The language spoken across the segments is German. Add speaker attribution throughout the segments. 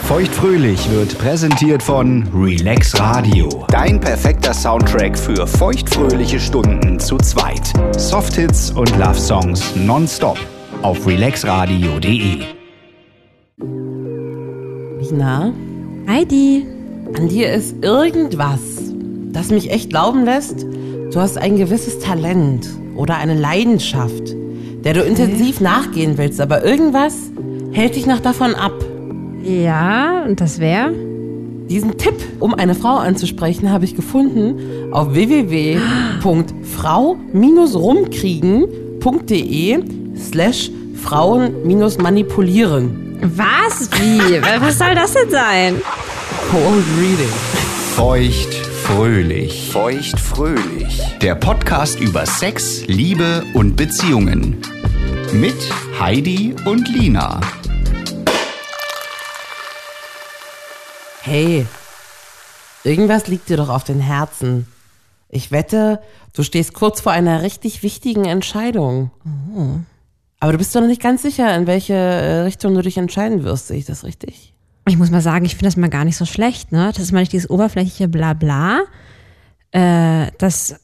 Speaker 1: Feuchtfröhlich wird präsentiert von Relax Radio. Dein perfekter Soundtrack für feuchtfröhliche Stunden zu zweit. Softhits und Love Songs nonstop auf relaxradio.de.
Speaker 2: Na,
Speaker 3: Heidi,
Speaker 2: an dir ist irgendwas, das mich echt glauben lässt, du hast ein gewisses Talent oder eine Leidenschaft, der du intensiv nachgehen willst, aber irgendwas hält dich noch davon ab.
Speaker 3: ja, und das wäre?
Speaker 2: Diesen Tipp, um eine Frau anzusprechen, habe ich gefunden auf www.frau-rumkriegen.de slash frauen-manipulieren.
Speaker 3: Was? Wie? Was soll das denn sein?
Speaker 2: Cold Reading.
Speaker 1: Feuchtfröhlich. Feuchtfröhlich. Der Podcast über Sex, Liebe und Beziehungen. Mit Heidi und Lina.
Speaker 2: Hey, irgendwas liegt dir doch auf den Herzen. Ich wette, du stehst kurz vor einer richtig wichtigen Entscheidung. Aber du bist doch noch nicht ganz sicher, in welche äh, Richtung du dich entscheiden wirst. Sehe ich das richtig?
Speaker 3: Ich muss mal sagen, ich finde das mal gar nicht so schlecht, ne? Das ist mal nicht dieses oberflächliche Blabla. Äh, das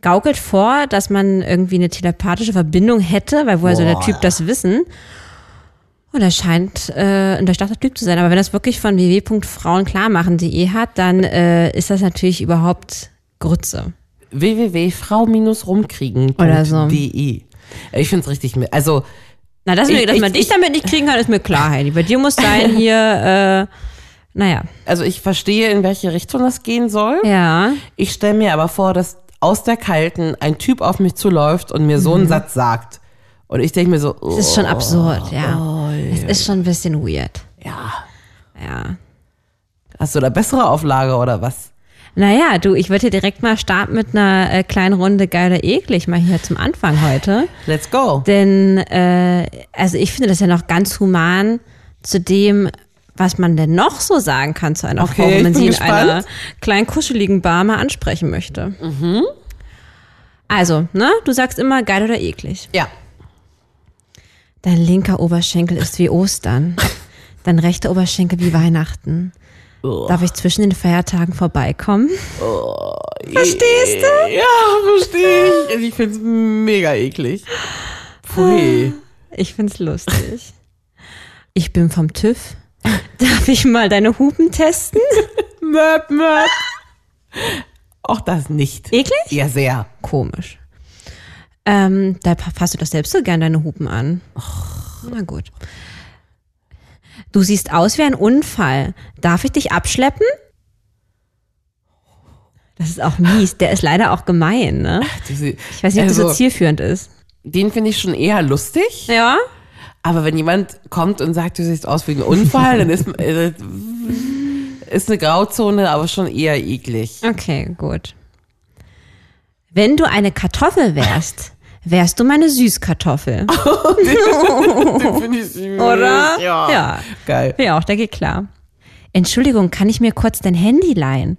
Speaker 3: gaukelt vor, dass man irgendwie eine telepathische Verbindung hätte, weil woher soll der
Speaker 1: Boah.
Speaker 3: Typ das wissen? Und er scheint äh, ein durchdachter Typ zu sein. Aber wenn das wirklich von www.frauenklarmachen.de eh hat, dann äh, ist das natürlich überhaupt Grütze.
Speaker 2: www.frau-rumkriegen.de
Speaker 3: Oder so.
Speaker 2: Äh, Ich finde es richtig... mi- Also,
Speaker 3: Na, das,
Speaker 2: Ich-
Speaker 3: dass
Speaker 2: ich-
Speaker 3: man dich
Speaker 2: ich-
Speaker 3: damit nicht kriegen kann, ist mir klar, Heidi. Bei dir muss sein hier, äh, naja.
Speaker 2: also ich verstehe, in welche Richtung das gehen soll.
Speaker 3: Ja.
Speaker 2: Ich stelle mir aber vor, dass aus der Kalten ein Typ auf mich zuläuft und mir so einen Satz sagt. Und ich denke mir so... Oh,
Speaker 3: Mhm. Das ist schon absurd, ja. Es ist schon ein bisschen weird.
Speaker 2: ja.
Speaker 3: Ja.
Speaker 2: Hast du da bessere Auflage oder was?
Speaker 3: Naja, du, ich würde hier direkt mal starten mit einer äh, kleinen Runde geiler eklig, mal hier zum Anfang heute.
Speaker 2: Let's go.
Speaker 3: Denn, äh, also ich finde das ja noch ganz human zu dem, was man denn noch so sagen kann zu einer
Speaker 2: Okay,
Speaker 3: Frau, wenn
Speaker 2: ich
Speaker 3: man
Speaker 2: bin
Speaker 3: sie in
Speaker 2: gespannt.
Speaker 3: einer kleinen kuscheligen Bar mal ansprechen möchte. Also, ne, du sagst immer geil oder eklig.
Speaker 2: Ja.
Speaker 3: Dein linker Oberschenkel ist wie Ostern. Dein rechter Oberschenkel wie Weihnachten. Darf ich zwischen den Feiertagen vorbeikommen?
Speaker 2: Verstehst du? Ja, verstehe ich. Und ich find's mega eklig. Pfui.
Speaker 3: Ich find's lustig. Ich bin vom TÜV. Darf ich mal deine Hupen testen?
Speaker 2: Möp, möp. Auch das nicht.
Speaker 3: Eklig?
Speaker 2: Ja, sehr.
Speaker 3: Komisch. Ähm, da pa- fasst du doch selbst so gern deine Hupen an. Na gut. Du siehst aus wie ein Unfall. Darf ich dich abschleppen? Das ist auch mies. Der ist leider auch gemein, ne? Ich weiß nicht, ob
Speaker 2: Also
Speaker 3: das so zielführend ist.
Speaker 2: den finde ich schon eher lustig.
Speaker 3: Ja?
Speaker 2: Aber wenn jemand kommt und sagt, du siehst aus wie ein Unfall, dann ist, äh, ist eine Grauzone, aber schon eher eklig.
Speaker 3: Okay, gut. Wenn du eine Kartoffel wärst, wärst du meine Süßkartoffel.
Speaker 2: Finde ich süß.
Speaker 3: Oder?
Speaker 2: Ja.
Speaker 3: Ja.
Speaker 2: Geil.
Speaker 3: Ja, auch, der geht klar. Entschuldigung, kann ich mir kurz dein Handy leihen?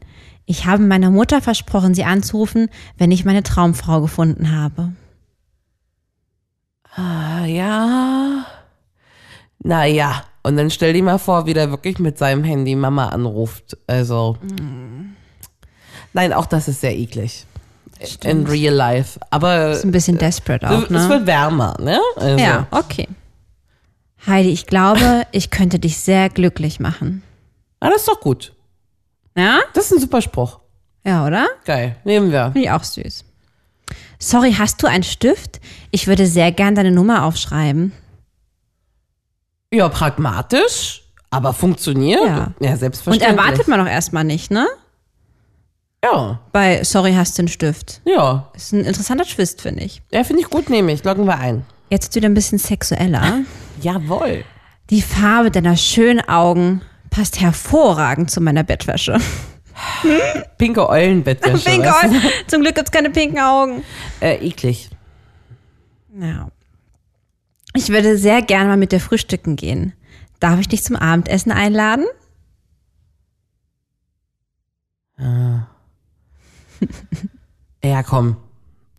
Speaker 3: Ich habe meiner Mutter versprochen, sie anzurufen, wenn ich meine Traumfrau gefunden habe.
Speaker 2: Ah, Ja. Naja. Und dann stell dir mal vor, wie der wirklich mit seinem Handy Mama anruft. Also. Nein, auch das ist sehr eklig. In real life. Aber
Speaker 3: Ist ein bisschen desperate
Speaker 2: Äh,
Speaker 3: auch,
Speaker 2: es
Speaker 3: ne?
Speaker 2: es wird wärmer, ne? Also,
Speaker 3: Ja, okay. Heidi, ich glaube, ich könnte dich sehr glücklich machen.
Speaker 2: Ah, das ist doch gut.
Speaker 3: Ja?
Speaker 2: Das ist ein super Spruch.
Speaker 3: Ja, oder?
Speaker 2: Geil. Nehmen wir.
Speaker 3: Finde ich auch süß. Sorry, hast du einen Stift? Ich würde sehr gern deine Nummer aufschreiben.
Speaker 2: Ja, pragmatisch, aber funktioniert.
Speaker 3: Ja. Und
Speaker 2: selbstverständlich.
Speaker 3: erwartet man doch erstmal nicht, ne?
Speaker 2: Ja,
Speaker 3: Bei Sorry, hast du einen Stift.
Speaker 2: ja.
Speaker 3: Ist ein interessanter Twist, finde ich.
Speaker 2: Ja, finde ich gut, nehme ich. Loggen wir ein.
Speaker 3: Jetzt wieder ein bisschen sexueller.
Speaker 2: Jawohl.
Speaker 3: Die Farbe deiner schönen Augen passt hervorragend zu meiner Bettwäsche.
Speaker 2: Pinke Eulenbettwäsche.
Speaker 3: Pink
Speaker 2: weißt
Speaker 3: Augen. Zum Glück gibt's keine pinken Augen.
Speaker 2: du? Äh, eklig.
Speaker 3: Ja. Ich würde sehr gerne mal mit dir frühstücken gehen. Darf ich dich zum Abendessen einladen?
Speaker 2: Ja, komm.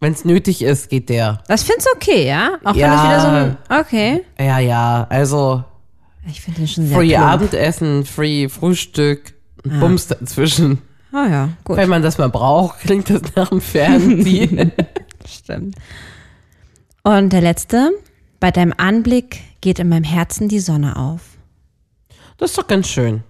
Speaker 2: Wenn es nötig ist, geht der.
Speaker 3: Das find's okay, ja? Auch wenn
Speaker 2: Ja.
Speaker 3: das wieder so ein. Okay.
Speaker 2: Ja, ja, also.
Speaker 3: Ich finde den schon sehr
Speaker 2: Free
Speaker 3: plump.
Speaker 2: Abendessen, free Frühstück, ein Bums dazwischen.
Speaker 3: Ah ja, Ah. gut.
Speaker 2: Wenn man das mal braucht, klingt das nach einem Fernsehen.
Speaker 3: Stimmt. Und der letzte. Bei deinem Anblick geht in meinem Herzen die Sonne auf.
Speaker 2: das ist doch ganz schön.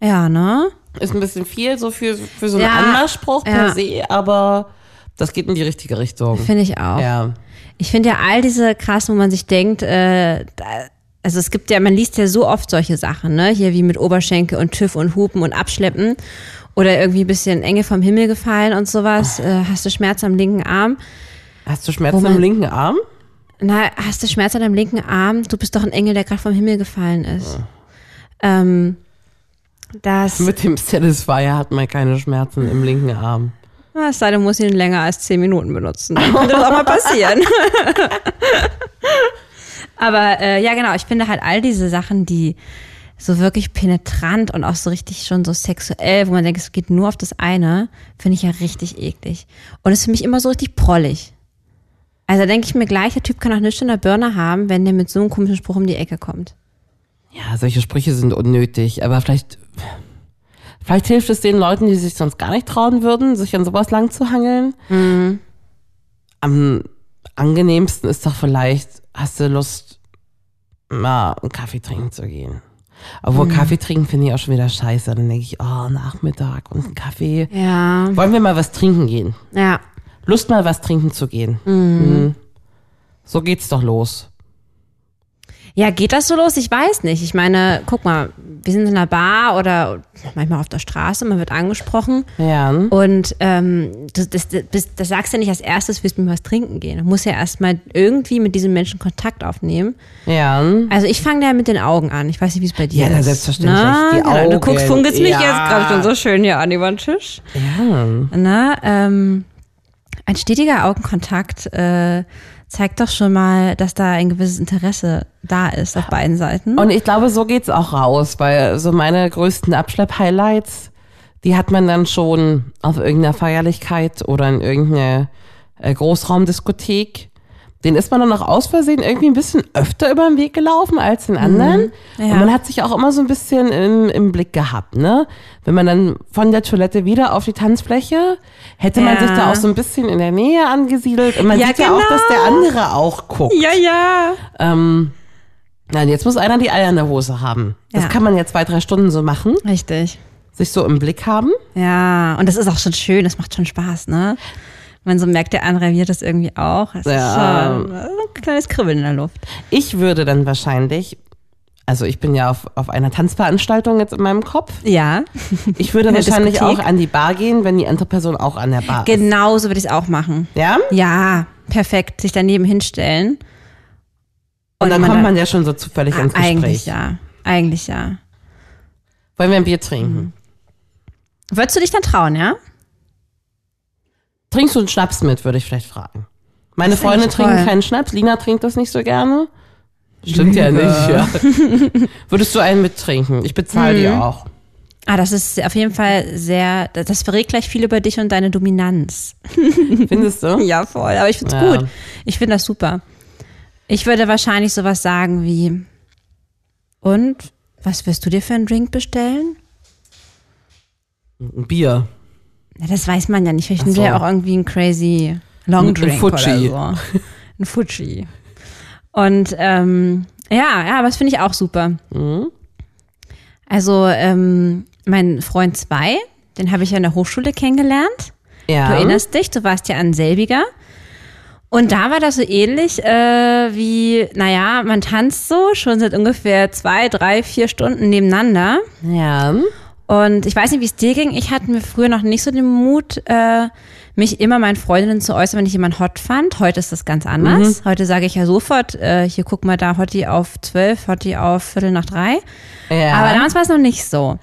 Speaker 3: Ja, ne?
Speaker 2: Ist ein bisschen viel so für, für so einen
Speaker 3: Ja,
Speaker 2: Anmachspruch
Speaker 3: ja.
Speaker 2: per se, aber das geht in die richtige Richtung.
Speaker 3: Finde ich auch.
Speaker 2: Ja.
Speaker 3: Ich finde ja all diese krassen, wo man sich denkt, äh, da, also es gibt ja, man liest ja so oft solche Sachen, ne? Hier wie mit Oberschenkel und TÜV und Hupen und Abschleppen oder irgendwie ein bisschen Enge vom Himmel gefallen und sowas. Äh, hast du Schmerz am linken Arm?
Speaker 2: Hast du Schmerzen
Speaker 3: Wo man-
Speaker 2: am linken Arm?
Speaker 3: Na, hast du Schmerz an deinem linken Arm? Du bist doch ein Engel, der gerade vom Himmel gefallen ist. Ähm, das,
Speaker 2: Mit dem Satisfier hat man keine Schmerzen im linken Arm.
Speaker 3: Na, Ah, es sei denn, du musst ihn länger als zehn Minuten benutzen. Dann könnte das auch mal passieren. Aber äh, ja, genau, ich finde halt all diese Sachen, die so wirklich penetrant und auch so richtig schon so sexuell, wo man denkt, es geht nur auf das eine, finde ich ja richtig eklig. Und ist für mich immer so richtig prollig. Also da denke ich mir gleich, der Typ kann auch nichts in der Birne haben, wenn der mit so einem komischen Spruch um die Ecke kommt.
Speaker 2: Ja, solche Sprüche sind unnötig, aber vielleicht, vielleicht hilft es den Leuten, die sich sonst gar nicht trauen würden, sich an sowas lang zu hangeln. Am angenehmsten ist doch vielleicht, hast du Lust, mal einen Kaffee trinken zu gehen. Obwohl Kaffee trinken finde ich auch schon wieder scheiße. Dann denke ich, oh, Nachmittag und einen Kaffee.
Speaker 3: Ja.
Speaker 2: Wollen wir mal was trinken gehen?
Speaker 3: Ja.
Speaker 2: Lust mal was trinken zu gehen. Mhm. So geht's doch los.
Speaker 3: Ja, geht das so los? Ich weiß nicht. Ich meine, guck mal, wir sind in einer Bar oder manchmal auf der Straße, man wird angesprochen.
Speaker 2: Ja.
Speaker 3: Und ähm, das, das, das, das sagst du ja nicht als erstes, willst du mir was trinken gehen. Du musst ja erstmal irgendwie mit diesem Menschen Kontakt aufnehmen.
Speaker 2: Ja.
Speaker 3: Also ich fange da mit den Augen an. Ich weiß nicht, wie es bei dir
Speaker 2: Ja,
Speaker 3: ist.
Speaker 2: na, selbstverständlich. Die
Speaker 3: genau. Du
Speaker 2: Augen.
Speaker 3: guckst, funkelst mich
Speaker 2: Ja.
Speaker 3: jetzt gerade schon so schön hier an über den Tisch.
Speaker 2: Ja.
Speaker 3: Na, ähm, ein stetiger Augenkontakt äh, zeigt doch schon mal, dass da ein gewisses Interesse da ist auf beiden Seiten.
Speaker 2: Und ich glaube, so geht's auch raus, weil so meine größten Abschlepp-Highlights, die hat man dann schon auf irgendeiner Feierlichkeit oder in irgendeiner äh, Großraumdiskothek. Den ist man dann auch aus Versehen irgendwie ein bisschen öfter über den Weg gelaufen als den anderen.
Speaker 3: Mhm. ja.
Speaker 2: Und man hat sich auch immer so ein bisschen im, im Blick gehabt, ne? Wenn man dann von der Toilette wieder auf die Tanzfläche, hätte man
Speaker 3: Ja.
Speaker 2: sich da auch so ein bisschen in der Nähe angesiedelt. Und man
Speaker 3: Ja,
Speaker 2: sieht ja auch, dass der
Speaker 3: genau.
Speaker 2: andere auch guckt.
Speaker 3: Ja, ja.
Speaker 2: Ähm, nein, jetzt muss einer die Eier in der Hose haben. Das
Speaker 3: Ja.
Speaker 2: kann man ja zwei, drei Stunden so machen,
Speaker 3: Richtig.
Speaker 2: sich so im Blick haben.
Speaker 3: Ja, und das ist auch schon schön, das macht schon Spaß, ne? Wenn man so merkt, der andere wird das irgendwie auch. Das
Speaker 2: Ja.
Speaker 3: ist schon ein kleines Kribbeln in der Luft.
Speaker 2: Ich würde dann wahrscheinlich, also ich bin ja auf, auf einer Tanzveranstaltung jetzt in meinem Kopf,
Speaker 3: Ja.
Speaker 2: ich würde
Speaker 3: In der
Speaker 2: wahrscheinlich auch
Speaker 3: Diskothek?
Speaker 2: an die Bar gehen, wenn die andere Person auch an der Bar ist.
Speaker 3: Genauso würde ich es auch machen.
Speaker 2: Ja?
Speaker 3: Ja, perfekt. Sich daneben hinstellen.
Speaker 2: Und dann
Speaker 3: man
Speaker 2: kommt man ja schon so zufällig ins Gespräch.
Speaker 3: Ah, Eigentlich ja. Eigentlich ja.
Speaker 2: Wollen wir ein Bier
Speaker 3: Mhm.
Speaker 2: trinken?
Speaker 3: Würdest du dich dann trauen, ja?
Speaker 2: Trinkst du einen Schnaps mit, würde ich vielleicht fragen. Meine
Speaker 3: Das ist
Speaker 2: Freunde
Speaker 3: eigentlich
Speaker 2: trinken
Speaker 3: toll.
Speaker 2: keinen Schnaps, Lina trinkt das nicht so gerne. Stimmt ja nicht, ja. Würdest du einen mittrinken? Ich bezahle
Speaker 3: Mhm.
Speaker 2: dir auch.
Speaker 3: Ah, das ist auf jeden Fall sehr, das das verrät gleich viel über dich und deine Dominanz.
Speaker 2: Findest du?
Speaker 3: Ja, voll, aber ich find's
Speaker 2: Ja.
Speaker 3: gut. Ich find das super. Ich würde wahrscheinlich sowas sagen wie, und, was wirst du dir für einen Drink bestellen?
Speaker 2: Ein Bier.
Speaker 3: Na, das weiß man ja nicht. Vielleicht
Speaker 2: Ach
Speaker 3: nimmt
Speaker 2: so.
Speaker 3: er ja auch irgendwie einen crazy Long
Speaker 2: Ein
Speaker 3: Drink
Speaker 2: Fuji.
Speaker 3: oder so. Ein Fuji. Und ähm, ja, ja, aber das finde ich auch super.
Speaker 2: Mhm.
Speaker 3: Also ähm, mein Freund 2, den habe ich ja in der Hochschule kennengelernt.
Speaker 2: Ja.
Speaker 3: Du erinnerst dich, du warst ja an selbiger. Und da war das so ähnlich äh, wie, naja, man tanzt so schon seit ungefähr zwei, drei, vier Stunden nebeneinander.
Speaker 2: Ja.
Speaker 3: Und ich weiß nicht, wie es dir ging. Ich hatte mir früher noch nicht so den Mut, äh, mich immer meinen Freundinnen zu äußern, wenn ich jemanden hot fand. Heute ist das ganz anders.
Speaker 2: Mhm.
Speaker 3: Heute sage ich ja sofort, äh, hier guck mal da, Hottie auf zwölf, Hottie auf Viertel nach drei.
Speaker 2: Ja.
Speaker 3: Aber damals war es noch nicht so.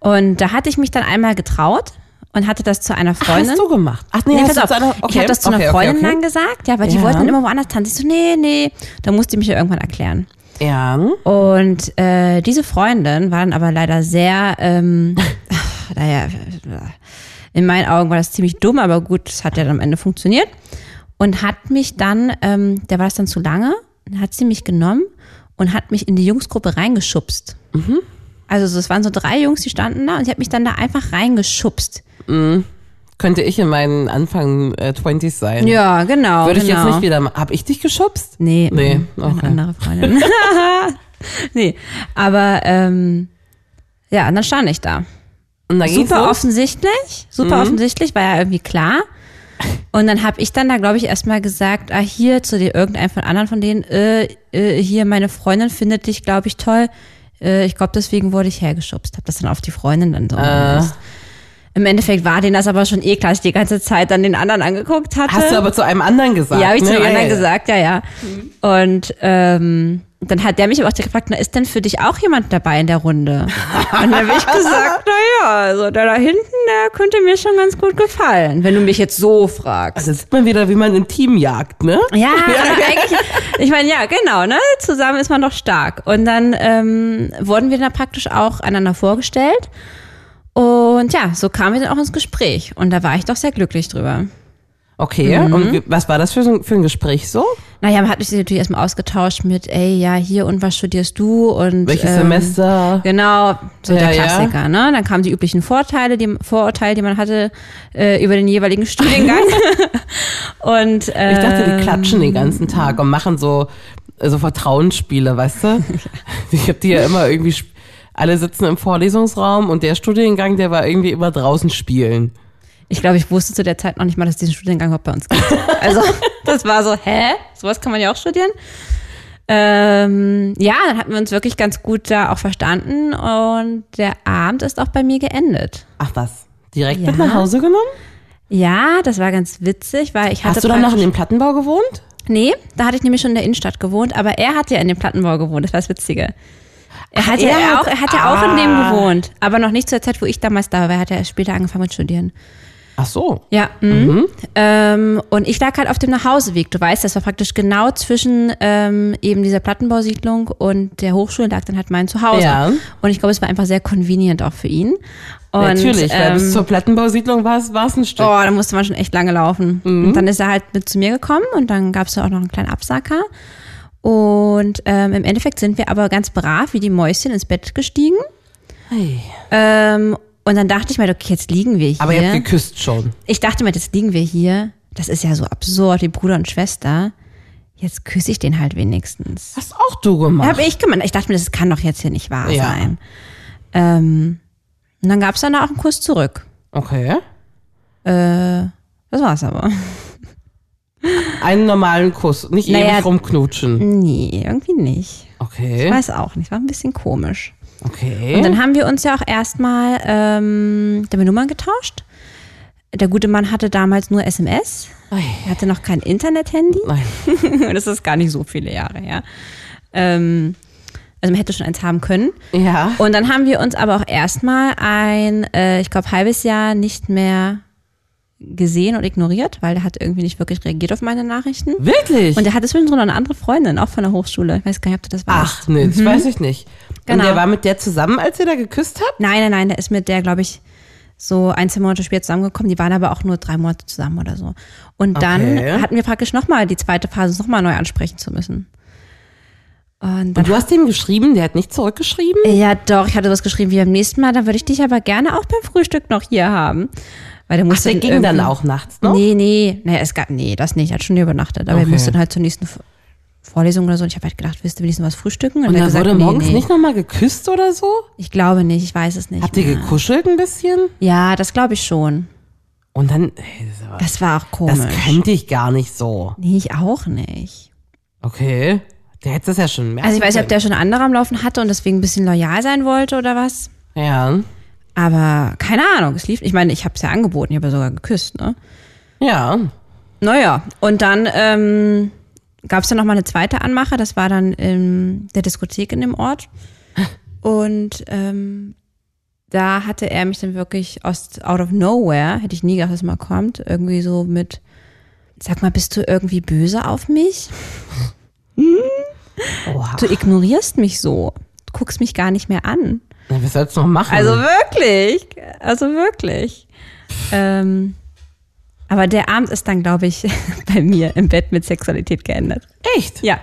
Speaker 3: Und da hatte ich mich dann einmal getraut und hatte das zu einer Freundin.
Speaker 2: Hast du gemacht? Ach
Speaker 3: Nee,
Speaker 2: hast
Speaker 3: pass auf.
Speaker 2: zu einer-
Speaker 3: ich habe das zu einer
Speaker 2: okay, okay,
Speaker 3: Freundin
Speaker 2: okay.
Speaker 3: dann gesagt, ja, weil die
Speaker 2: Ja.
Speaker 3: wollten dann immer woanders tanzen. Ich so, nee, nee. Da musste ich mich ja irgendwann erklären.
Speaker 2: Ja.
Speaker 3: Und äh, diese Freundin war dann aber leider sehr, ähm, naja, in meinen Augen war das ziemlich dumm, aber gut, es hat ja dann am Ende funktioniert. Und hat mich dann, ähm, der war es dann zu lange, dann hat sie mich genommen und hat mich in die Jungsgruppe reingeschubst.
Speaker 2: Mhm.
Speaker 3: Also so, es waren so drei Jungs, die standen da und ich habe mich dann da einfach reingeschubst.
Speaker 2: Könnte ich in meinen Anfang äh, 20s sein.
Speaker 3: Ja, genau.
Speaker 2: Würde ich
Speaker 3: genau.
Speaker 2: jetzt nicht wieder machen. Hab ich dich geschubst?
Speaker 3: Nee,
Speaker 2: Nee,
Speaker 3: mm, eine
Speaker 2: okay.
Speaker 3: andere Freundin. nee, aber ähm, ja, und dann stand ich da.
Speaker 2: Und dann ging's
Speaker 3: Super
Speaker 2: los? Mhm.
Speaker 3: offensichtlich, super offensichtlich, war ja irgendwie klar. Und dann habe ich dann da, glaube ich, erstmal gesagt, ah, hier zu dir, irgendein von anderen von denen, äh, äh, hier, meine Freundin findet dich, glaube ich, toll. Äh, ich glaube, deswegen wurde ich hergeschubst. Habe das dann auf die Freundin dann
Speaker 2: Ah.
Speaker 3: so umgemünzt. Im Endeffekt war denen das aber schon eh klar, dass ich die ganze Zeit dann den anderen angeguckt hatte.
Speaker 2: Hast du aber zu einem anderen gesagt.
Speaker 3: Ja, habe ich zu
Speaker 2: ne?
Speaker 3: dem
Speaker 2: ja,
Speaker 3: anderen
Speaker 2: ja.
Speaker 3: gesagt, ja, ja. Und ähm, dann hat der mich aber auch direkt gefragt, na, ist denn für dich auch jemand dabei in der Runde? Und dann habe ich gesagt, na ja, also der da hinten, der könnte mir schon ganz gut gefallen, wenn du mich jetzt so fragst.
Speaker 2: Da sieht man wieder, wie man im Team jagt, ne?
Speaker 3: Ja, aber eigentlich, ich meine, ja, genau, ne? Zusammen ist man doch stark. Und dann ähm, wurden wir dann praktisch auch einander vorgestellt. Und ja, so kamen wir dann auch ins Gespräch. Und da war ich doch sehr glücklich drüber.
Speaker 2: Okay, und wie- was war das für, so- für ein Gespräch so?
Speaker 3: Naja, man hat sich natürlich erstmal ausgetauscht mit, ey, ja, hier und was studierst du und ähm,
Speaker 2: Welches Semester?
Speaker 3: Genau, so
Speaker 2: Ja,
Speaker 3: der
Speaker 2: ja.
Speaker 3: Klassiker, ne? Dann kamen die üblichen Vorteile, die Vorurteile, die man hatte äh, über den jeweiligen Studiengang. und äh,
Speaker 2: Ich dachte, die klatschen den ganzen Tag und machen so, äh, so Vertrauensspiele, weißt du? Ich hab die ja immer irgendwie, sp- alle sitzen im Vorlesungsraum und der Studiengang, der war irgendwie immer draußen spielen.
Speaker 3: ich glaube, ich wusste zu der Zeit noch nicht mal, dass es diesen Studiengang überhaupt bei uns gibt. Also, das war so, hä? Sowas kann man ja auch studieren. Ähm, ja, dann hatten wir uns wirklich ganz gut da auch verstanden und der Abend ist auch bei mir geendet.
Speaker 2: Ach was, direkt
Speaker 3: Ja.
Speaker 2: mit nach Hause genommen?
Speaker 3: Ja, das war ganz witzig, weil ich hatte.
Speaker 2: Hast du dann noch in
Speaker 3: praktisch-
Speaker 2: dem Plattenbau gewohnt?
Speaker 3: Nee, da hatte ich nämlich schon in der Innenstadt gewohnt, aber er hat ja in dem Plattenbau gewohnt, das war das Witzige. Er hat,
Speaker 2: er
Speaker 3: ja
Speaker 2: hat- Ah.
Speaker 3: auch, er hat ja auch in dem gewohnt, aber noch nicht zur Zeit, wo ich damals da war, weil er hat ja erst später angefangen mit Studieren.
Speaker 2: Ach so.
Speaker 3: Ja, mhm. Ähm, und ich lag halt auf dem Nachhauseweg. Du weißt, das war praktisch genau zwischen ähm, eben dieser Plattenbausiedlung und der Hochschule lag dann halt mein Zuhause.
Speaker 2: Ja.
Speaker 3: Und ich glaube, es war einfach sehr convenient auch für ihn. Und,
Speaker 2: Natürlich, weil
Speaker 3: ähm,
Speaker 2: bis zur Plattenbausiedlung war es war es ein Stück.
Speaker 3: Oh, da musste man schon echt lange laufen.
Speaker 2: Mhm.
Speaker 3: Und dann ist er halt mit zu mir gekommen und dann gab es ja auch noch einen kleinen Absacker. Und ähm, im Endeffekt sind wir aber ganz brav wie die Mäuschen ins Bett gestiegen.
Speaker 2: Hey.
Speaker 3: Ähm, und dann dachte ich mir, okay, jetzt liegen wir hier.
Speaker 2: Aber ihr habt geküsst schon.
Speaker 3: ich dachte mir, jetzt liegen wir hier. Das ist ja so absurd, wie Bruder und Schwester. Jetzt küsse ich den halt wenigstens.
Speaker 2: Hast auch du gemacht.
Speaker 3: Habe ich gemacht. Ich dachte mir, das kann doch jetzt hier nicht wahr
Speaker 2: Ja.
Speaker 3: sein. Ähm, und dann gab es dann auch einen Kuss zurück.
Speaker 2: Okay.
Speaker 3: Das war's aber.
Speaker 2: Einen normalen Kuss, nicht
Speaker 3: Naja.
Speaker 2: ewig rumknutschen.
Speaker 3: Nee, irgendwie nicht.
Speaker 2: Okay.
Speaker 3: Weiß auch nicht, war ein bisschen komisch.
Speaker 2: Okay.
Speaker 3: Und dann haben wir uns ja auch erstmal ähm, haben wir Nummern getauscht. Der gute Mann hatte damals nur SMS. Er hatte noch kein Internet-Handy.
Speaker 2: Nein.
Speaker 3: das ist gar nicht so viele Jahre her. Ähm, also man hätte schon eins haben können.
Speaker 2: Ja.
Speaker 3: Und dann haben wir uns aber auch erstmal ein, äh, ich glaube, halbes Jahr nicht mehr gesehen und ignoriert, weil er hat irgendwie nicht wirklich reagiert auf meine Nachrichten.
Speaker 2: Wirklich?
Speaker 3: Und er hatte zwischendrin noch eine andere Freundin, auch von der Hochschule. Ich weiß gar nicht, ob du das weißt.
Speaker 2: Ach, nee, das weiß ich nicht.
Speaker 3: Genau.
Speaker 2: Und der war mit der zusammen, als ihr da geküsst habt?
Speaker 3: Nein, nein, nein, der ist mit der, glaube ich, so ein, zwei Monate später zusammengekommen. Die waren aber auch nur drei Monate zusammen oder so. Und dann
Speaker 2: Okay.
Speaker 3: hatten wir praktisch nochmal die zweite Phase, nochmal neu ansprechen zu müssen. Und dann.
Speaker 2: Und du hast dem geschrieben, der hat nicht zurückgeschrieben?
Speaker 3: ja, doch, ich hatte was geschrieben wie beim nächsten Mal, dann würde ich dich aber gerne auch beim Frühstück noch hier haben. Weil der
Speaker 2: Ach,
Speaker 3: musste
Speaker 2: der ging dann
Speaker 3: irgendwie-
Speaker 2: auch nachts, ne?
Speaker 3: Nee, nee, naja, es gab, nee, das nicht, er hat schon übernachtet. Aber er
Speaker 2: Okay.
Speaker 3: musste dann halt zur nächsten F- Vorlesung oder so. Und ich habe halt gedacht, willst du wenigstens was frühstücken?
Speaker 2: Und
Speaker 3: er
Speaker 2: da
Speaker 3: hat gesagt,
Speaker 2: wurde
Speaker 3: nee,
Speaker 2: morgens
Speaker 3: nee.
Speaker 2: nicht nochmal geküsst oder so?
Speaker 3: Ich glaube nicht, ich weiß es nicht.
Speaker 2: Habt ihr
Speaker 3: mehr.
Speaker 2: gekuschelt ein bisschen?
Speaker 3: Ja, das glaube ich schon.
Speaker 2: Und dann, ey, das, ist aber-
Speaker 3: Das war auch komisch.
Speaker 2: das könnte ich gar nicht so.
Speaker 3: Nee, ich auch nicht.
Speaker 2: Okay. Der hätte das ja schon merken
Speaker 3: Also ich weiß nicht, ob
Speaker 2: können.
Speaker 3: der schon andere am Laufen hatte und deswegen ein bisschen loyal sein wollte oder was.
Speaker 2: Ja.
Speaker 3: Aber keine Ahnung, es lief. Ich meine, ich habe es ja angeboten, ich habe ja sogar geküsst, ne?
Speaker 2: Ja.
Speaker 3: Naja, und dann ähm, gab es dann nochmal eine zweite Anmache, das war dann in der Diskothek in dem Ort. Und ähm, da hatte er mich dann wirklich aus, out of nowhere, hätte ich nie gedacht, dass es mal kommt, irgendwie so mit, sag mal, bist du irgendwie böse auf mich?
Speaker 2: Oha.
Speaker 3: Du ignorierst mich so. Du guckst mich gar nicht mehr an.
Speaker 2: Na, was sollst du noch machen?
Speaker 3: Also wirklich. Also wirklich. Ähm, aber der Abend ist dann, glaube ich, bei mir im Bett mit Sexualität geendet.
Speaker 2: echt?
Speaker 3: Ja.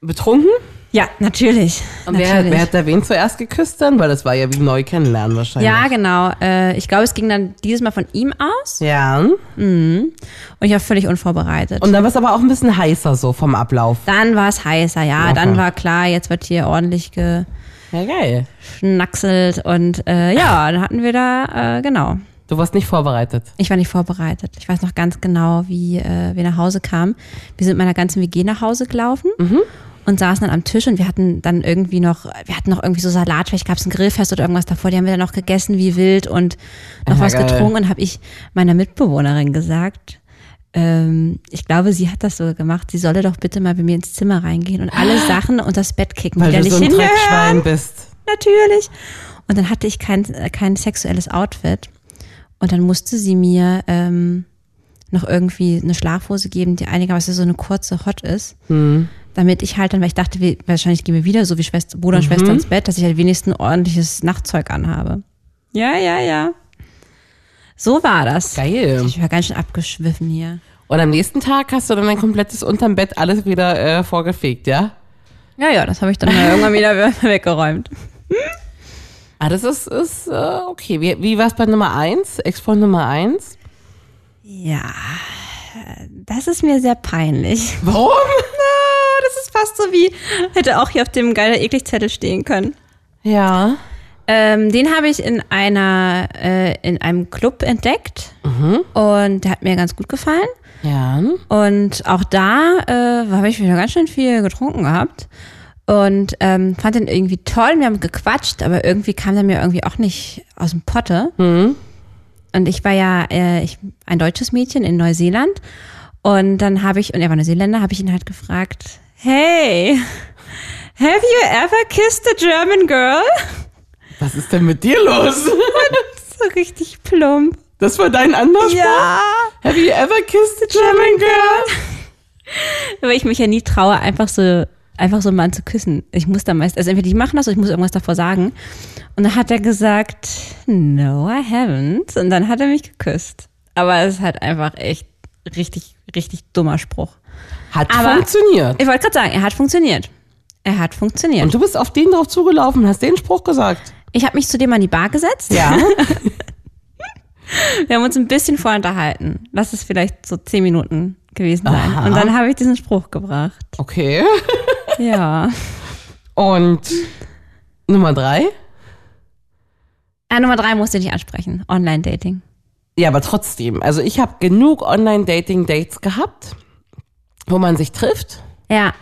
Speaker 2: Betrunken?
Speaker 3: Ja, natürlich.
Speaker 2: Und wer,
Speaker 3: natürlich.
Speaker 2: wer hat da wen zuerst geküsst dann? Weil das war ja wie neu kennenlernen wahrscheinlich.
Speaker 3: ja, genau. Äh, ich glaube, es ging dann dieses Mal von ihm aus
Speaker 2: Ja.
Speaker 3: und ich war völlig unvorbereitet.
Speaker 2: Und dann war es aber auch ein bisschen heißer so vom Ablauf.
Speaker 3: dann war es heißer, ja.
Speaker 2: Locker.
Speaker 3: Dann war klar, jetzt wird hier ordentlich
Speaker 2: Ja, geil.
Speaker 3: geschnackselt und äh, ja, dann hatten wir da, äh, genau.
Speaker 2: Du warst nicht vorbereitet.
Speaker 3: Ich war nicht vorbereitet. Ich weiß noch ganz genau, wie äh, wir nach Hause kamen. Wir sind mit meiner ganzen WG nach Hause gelaufen
Speaker 2: Mhm.
Speaker 3: und saßen dann am Tisch und wir hatten dann irgendwie noch, wir hatten noch irgendwie so Salat, vielleicht gab es ein Grillfest oder irgendwas davor, die haben wir dann noch gegessen wie wild und noch
Speaker 2: Ja,
Speaker 3: was
Speaker 2: geil.
Speaker 3: getrunken und habe ich meiner Mitbewohnerin gesagt, ähm, ich glaube, sie hat das so gemacht, sie solle doch bitte mal bei mir ins Zimmer reingehen und alle Sachen unter das Bett kicken,
Speaker 2: Weil
Speaker 3: die da
Speaker 2: du so
Speaker 3: nicht
Speaker 2: ein
Speaker 3: hingehören
Speaker 2: Dreckschwein bist.
Speaker 3: natürlich. Und dann hatte ich kein, äh, kein sexuelles Outfit. Und dann musste sie mir ähm, noch irgendwie eine Schlafhose geben, die einigermaßen so eine kurze Hot ist. Damit ich halt dann, weil ich dachte, wir, wahrscheinlich gehen wir wieder so wie Schwester, Bruder und Schwester ins Bett, dass ich halt wenigstens ein ordentliches Nachtzeug anhabe. Ja, ja, ja. So war das.
Speaker 2: Geil.
Speaker 3: Ich war ganz schön abgeschwiffen hier.
Speaker 2: Und am nächsten Tag hast du dann dein komplettes unterm Bett alles wieder äh, vorgefegt, ja?
Speaker 3: Ja, ja, das habe ich dann mal irgendwann wieder weggeräumt.
Speaker 2: Ah, das ist, ist äh, okay. Wie, wie war es bei Nummer eins? Ex-Freund Nummer eins?
Speaker 3: Ja, das ist mir sehr peinlich.
Speaker 2: Warum?
Speaker 3: Ah, das ist fast so wie, hätte auch hier auf dem geiler Eklig-Zettel stehen können.
Speaker 2: Ja.
Speaker 3: Ähm, den habe ich in einer, äh, in einem Club entdeckt und der hat mir ganz gut gefallen.
Speaker 2: Ja.
Speaker 3: Und auch da äh, habe ich wieder ganz schön viel getrunken gehabt und ähm, fand den irgendwie toll. Wir haben gequatscht, aber irgendwie kam der mir irgendwie auch nicht aus dem Potte. Und ich war ja äh, ich, ein deutsches Mädchen in Neuseeland und dann habe ich, und er war Neuseeländer, habe ich ihn halt gefragt, hey, have you ever kissed a German girl?
Speaker 2: Was ist denn mit dir los?
Speaker 3: So richtig plump.
Speaker 2: Das war dein anderer
Speaker 3: Ja.
Speaker 2: Have you ever kissed a German girl?
Speaker 3: Weil ich mich ja nie traue, einfach so, einfach so einen Mann zu küssen. Ich muss da meist, also entweder die machen das oder ich muss irgendwas davor sagen. Und dann hat er gesagt, no, I haven't. Und dann hat er mich geküsst. Aber es ist halt einfach echt richtig, richtig dummer Spruch.
Speaker 2: Hat
Speaker 3: Aber-
Speaker 2: funktioniert.
Speaker 3: Ich wollte gerade sagen, er hat funktioniert. Er hat funktioniert.
Speaker 2: Und du bist auf den drauf zugelaufen, hast den Spruch gesagt.
Speaker 3: Ich habe mich zu dem an die Bar gesetzt.
Speaker 2: Ja.
Speaker 3: Wir haben uns ein bisschen vorunterhalten. Lass es vielleicht so zehn Minuten gewesen sein.
Speaker 2: Aha.
Speaker 3: Und dann habe ich diesen Spruch gebracht.
Speaker 2: Okay.
Speaker 3: Ja.
Speaker 2: Und Nummer drei?
Speaker 3: Ah, Nummer drei musste ich nicht ansprechen. Online-Dating.
Speaker 2: Ja, aber trotzdem. Also ich habe genug Online-Dating-Dates gehabt, wo man sich trifft.
Speaker 3: Ja.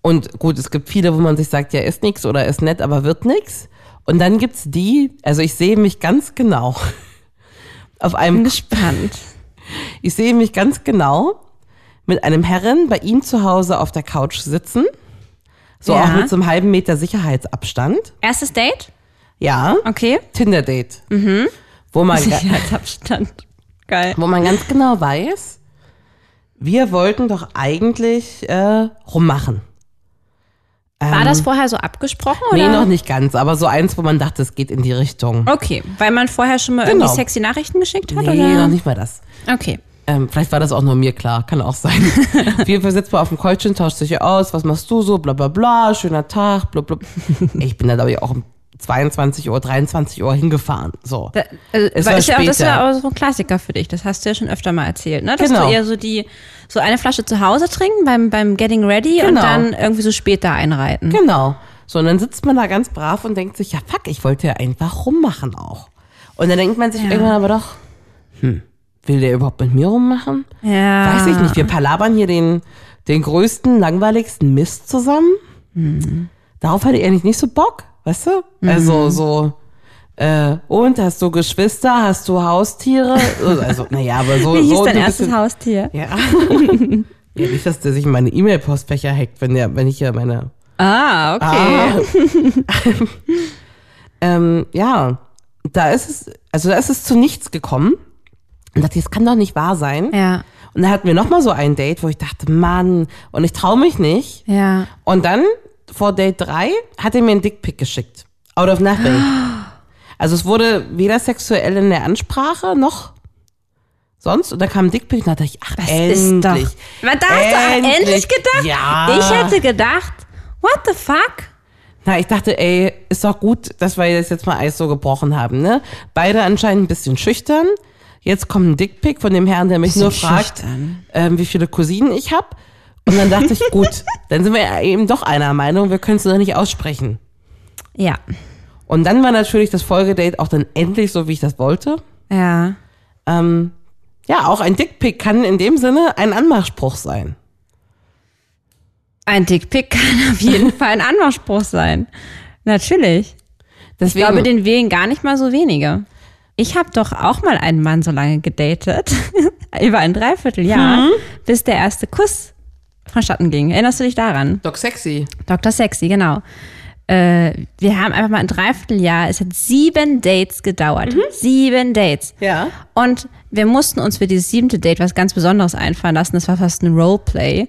Speaker 2: Und gut, es gibt viele, wo man sich sagt, ja, ist nix oder ist nett, aber wird nix. Und dann gibt's die, also ich sehe mich ganz genau auf einem,
Speaker 3: Gespannt.
Speaker 2: ich sehe mich ganz genau mit einem Herren bei ihm zu Hause auf der Couch sitzen. So
Speaker 3: Ja.
Speaker 2: auch mit so einem halben Meter Sicherheitsabstand.
Speaker 3: Erstes Date?
Speaker 2: Ja,
Speaker 3: Okay.
Speaker 2: Tinder-Date. Wo man, ga-
Speaker 3: Sicherheitsabstand. Geil.
Speaker 2: wo man ganz genau weiß, wir wollten doch eigentlich äh, rummachen. Ähm,
Speaker 3: War das vorher so abgesprochen oder?
Speaker 2: Nee, noch nicht ganz, aber so eins, wo man dachte, es geht in die Richtung.
Speaker 3: Okay, weil man vorher schon mal
Speaker 2: Genau.
Speaker 3: irgendwie sexy Nachrichten geschickt hat,
Speaker 2: Nee,
Speaker 3: Oh oder?
Speaker 2: noch nicht mal das.
Speaker 3: Okay.
Speaker 2: Ähm, vielleicht war das auch nur mir klar, kann auch sein. auf jeden Fall sitzt man auf dem Kreuzchen, tauscht sich aus, was machst du so, bla bla bla, schöner Tag, blub blub. Ich bin da, glaube ich, auch um 22 Uhr, 23 Uhr hingefahren. So.
Speaker 3: Da, also,
Speaker 2: äh, Es
Speaker 3: weil
Speaker 2: war
Speaker 3: ist ja, auch- das ist
Speaker 2: später.
Speaker 3: ja auch so ein Klassiker für dich. Das hast du ja schon öfter mal erzählt, ne? Dass
Speaker 2: Genau.
Speaker 3: du eher so die so eine Flasche zu Hause trinken beim beim Getting Ready und
Speaker 2: Genau.
Speaker 3: dann irgendwie so später einreiten.
Speaker 2: Genau. So, und dann sitzt man da ganz brav und denkt sich, ja fuck, ich wollte ja einfach rummachen auch. Und dann denkt man sich irgendwann aber doch, hm, will der überhaupt mit mir rummachen?
Speaker 3: Ja.
Speaker 2: Weiß ich nicht, wir palabern hier den, den größten, langweiligsten Mist zusammen.
Speaker 3: Hm.
Speaker 2: Darauf hatte ich eigentlich nicht so Bock, weißt du?
Speaker 3: Mhm.
Speaker 2: Also so, äh, und hast du Geschwister, hast du Haustiere? Also, naja, aber so.
Speaker 3: Wie hieß
Speaker 2: so
Speaker 3: dein
Speaker 2: ein
Speaker 3: erstes
Speaker 2: bisschen-
Speaker 3: Haustier?
Speaker 2: Ja. ja. Nicht, dass der sich in meine E-Mail-Postfächer hackt, wenn, der, wenn ich hier meine
Speaker 3: Ah, okay.
Speaker 2: Ah. ähm, ja, da ist es, also da ist es zu nichts gekommen. Und dachte, ich, das kann doch nicht wahr sein.
Speaker 3: Ah. Ja.
Speaker 2: Und dann hatten wir nochmal so ein Date, wo ich dachte, Mann, und ich traue mich nicht.
Speaker 3: Ja.
Speaker 2: Und dann, vor Date 3, hat er mir einen Dickpick geschickt. Out of nothing. Also es wurde weder sexuell in der Ansprache noch sonst. Und da kam ein Dickpick und da dachte ich, ach,
Speaker 3: Das
Speaker 2: endlich.
Speaker 3: ist doch. Man da hast du auch endlich gedacht.
Speaker 2: Ja.
Speaker 3: Ich hätte gedacht, What the fuck?
Speaker 2: Na, ich dachte, ey, ist doch gut, dass wir das jetzt mal Eis so gebrochen haben, ne? Beide anscheinend ein bisschen schüchtern. Jetzt kommt ein Dickpick von dem Herrn, der mich
Speaker 3: Bisschen
Speaker 2: nur fragt,
Speaker 3: schüchtern.
Speaker 2: ähm, wie viele Cousinen ich hab. Und dann dachte ich, gut, dann sind wir ja eben doch einer Meinung, wir können es noch nicht aussprechen.
Speaker 3: Ja.
Speaker 2: Und dann war natürlich das Folgedate auch dann endlich so, wie ich das wollte.
Speaker 3: Ja.
Speaker 2: Ähm, ja, auch ein Dickpick kann in dem Sinne ein Anmachspruch sein.
Speaker 3: Ein Dickpick kann auf jeden Fall ein Anmachspruch sein. Natürlich.
Speaker 2: Deswegen,
Speaker 3: Ich glaube, den wählen gar nicht mal so wenige. Ich habe doch auch mal einen Mann so lange gedatet, über ein Dreivierteljahr,
Speaker 2: Mhm.
Speaker 3: bis der erste Kuss vonstatten ging. Erinnerst du dich daran?
Speaker 2: Doc Sexy.
Speaker 3: Dr. Sexy, genau. Äh, wir haben einfach mal ein Dreivierteljahr, es hat sieben Dates gedauert. Sieben Dates.
Speaker 2: Ja.
Speaker 3: Und wir mussten uns für dieses siebte Date was ganz Besonderes einfallen lassen. Das war fast ein Roleplay,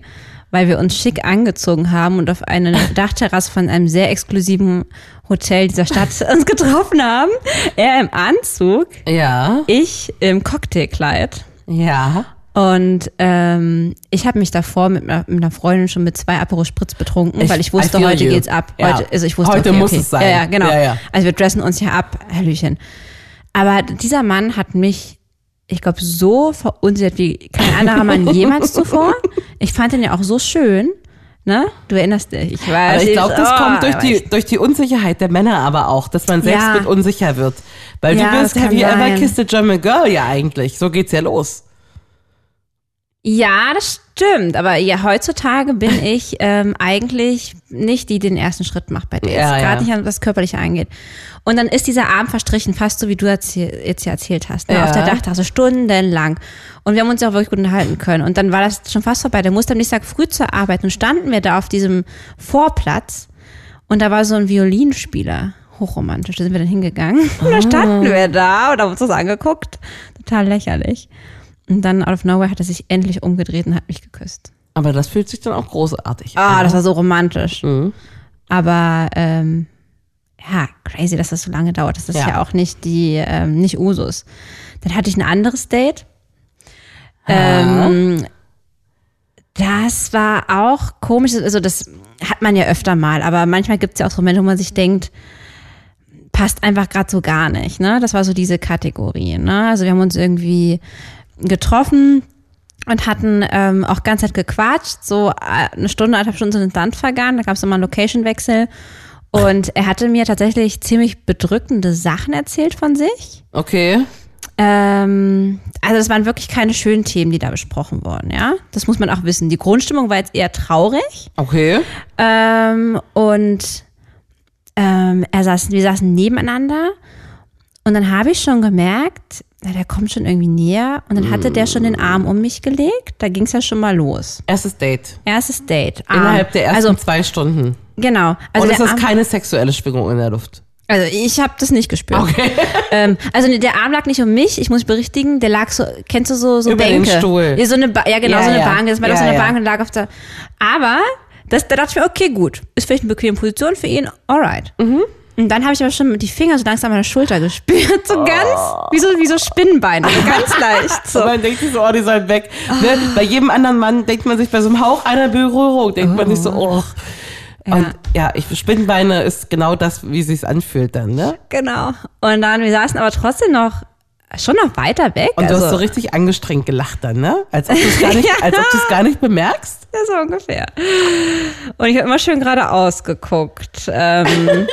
Speaker 3: weil wir uns schick angezogen haben und auf eine Dachterrasse von einem sehr exklusiven Hotel dieser Stadt uns getroffen haben. Er im Anzug,
Speaker 2: Ja.
Speaker 3: ich im Cocktailkleid.
Speaker 2: Ja.
Speaker 3: Und ähm, ich habe mich davor mit, einer- mit einer Freundin schon mit zwei Aperol Spritz betrunken,
Speaker 2: Ich-
Speaker 3: weil ich
Speaker 2: I
Speaker 3: wusste,
Speaker 2: feel
Speaker 3: heute
Speaker 2: you.
Speaker 3: geht's ab.
Speaker 2: Ja.
Speaker 3: Heute, also ich wusste,
Speaker 2: Heute
Speaker 3: okay,
Speaker 2: muss
Speaker 3: okay.
Speaker 2: es sein.
Speaker 3: Ja, ja, genau.
Speaker 2: Ja, ja.
Speaker 3: Also wir dressen uns ja ab, Hallöchen. Aber dieser Mann hat mich, ich glaube, so verunsichert wie kein anderer Mann jemals zuvor. Ich fand ihn ja auch so schön. Ne? Du erinnerst dich. Ich weiß.
Speaker 2: Aber Also ich glaube, das
Speaker 3: oh,
Speaker 2: kommt durch
Speaker 3: aber
Speaker 2: die,
Speaker 3: ich-
Speaker 2: durch die Unsicherheit der Männer aber auch, dass man selbst
Speaker 3: Ja.
Speaker 2: mit unsicher wird. Weil
Speaker 3: Ja,
Speaker 2: du bist
Speaker 3: das kann
Speaker 2: Have you ever
Speaker 3: sein.
Speaker 2: kissed a German girl ja eigentlich. So geht's ja los.
Speaker 3: Ja, das stimmt. Aber ja, heutzutage bin ich ähm, eigentlich nicht die, die den ersten Schritt macht bei Dates.
Speaker 2: Ja, ja.
Speaker 3: Gerade nicht, was Körperliche angeht. Und dann ist dieser Abend verstrichen, fast so wie du erzähl jetzt ja erzählt hast. Ne?
Speaker 2: Ja.
Speaker 3: Auf der Dachterrasse, stundenlang. Und wir haben uns ja auch wirklich gut unterhalten können. Und dann war das schon fast vorbei. Der musste am nächsten Tag früh zur Arbeit und standen wir da auf diesem Vorplatz. Und da war so ein Violinspieler. Hochromantisch, da sind wir dann hingegangen. Und da standen wir da und haben uns das angeguckt. Total lächerlich. Und dann out of nowhere hat er sich endlich umgedreht und hat mich geküsst.
Speaker 2: Aber das fühlt sich dann auch großartig
Speaker 3: Ah,
Speaker 2: an.
Speaker 3: das war so romantisch. Aber ähm, ja, crazy, dass das so lange dauert. Das ist
Speaker 2: Ja.
Speaker 3: ja, auch nicht die, ähm, nicht Usus. Dann hatte ich ein anderes Date. Ähm, das war auch komisch. Also das hat man ja öfter mal, aber manchmal gibt es ja auch so Momente, wo man sich denkt, passt einfach gerade so gar nicht. Ne? Das war so diese Kategorie. Ne? Also wir haben uns irgendwie getroffen und hatten ähm, auch ganz Zeit gequatscht, so äh, eine Stunde, anderthalb Stunden sind ins Land vergangen, da gab es nochmal einen Location-Wechsel und er hatte mir tatsächlich ziemlich bedrückende Sachen erzählt von sich.
Speaker 2: Okay.
Speaker 3: Ähm, also das waren wirklich keine schönen Themen, die da besprochen wurden, ja. Das muss man auch wissen. Die Grundstimmung war jetzt eher traurig
Speaker 2: Okay.
Speaker 3: ähm, und ähm, er saß, wir saßen nebeneinander und dann habe ich schon gemerkt, na, der kommt schon irgendwie näher und dann hatte der schon den Arm um mich gelegt, da ging es ja schon mal los.
Speaker 2: Erstes Date.
Speaker 3: Erstes Date. Arm.
Speaker 2: Innerhalb der ersten
Speaker 3: Also,
Speaker 2: zwei Stunden.
Speaker 3: genau. Also,
Speaker 2: Und es
Speaker 3: der
Speaker 2: ist
Speaker 3: Arm,
Speaker 2: keine sexuelle Schwingung in der Luft.
Speaker 3: also ich habe das nicht gespürt. Ähm, also nee, der Arm lag nicht um mich, ich muss berichtigen, der lag so, kennst du so, so
Speaker 2: Über den
Speaker 3: Bänke?
Speaker 2: Stuhl.
Speaker 3: Ja, so eine ba ja, genau,
Speaker 2: Ja,
Speaker 3: so eine
Speaker 2: ja.
Speaker 3: Bank. Das war doch
Speaker 2: Ja,
Speaker 3: so eine
Speaker 2: ja.
Speaker 3: Bank und lag auf der. Aber das, da dachte ich mir, okay, gut, ist vielleicht eine bequeme Position für ihn, alright.
Speaker 2: Mhm.
Speaker 3: Und dann habe ich aber schon die Finger so langsam an meiner Schulter gespürt, so ganz,
Speaker 2: Oh.
Speaker 3: wie so, wie so Spinnenbeine, so ganz leicht. So. Ah.
Speaker 2: Und man denkt sich so, oh, die sollen weg. Ne? Bei jedem anderen Mann denkt man sich bei so einem Hauch einer Berührung, denkt man sich so, oh. Und ja, ich, Spinnenbeine ist genau das, wie sich's anfühlt dann, ne?
Speaker 3: Genau. Und dann, wir saßen aber trotzdem noch, schon noch weiter weg.
Speaker 2: Und du
Speaker 3: also,
Speaker 2: hast so richtig angestrengt gelacht dann, ne? Als ob du es gar, nicht-
Speaker 3: Ja.
Speaker 2: als ob du's gar nicht bemerkst.
Speaker 3: Ja, so ungefähr. Und ich habe immer schön geradeaus geguckt. Ähm,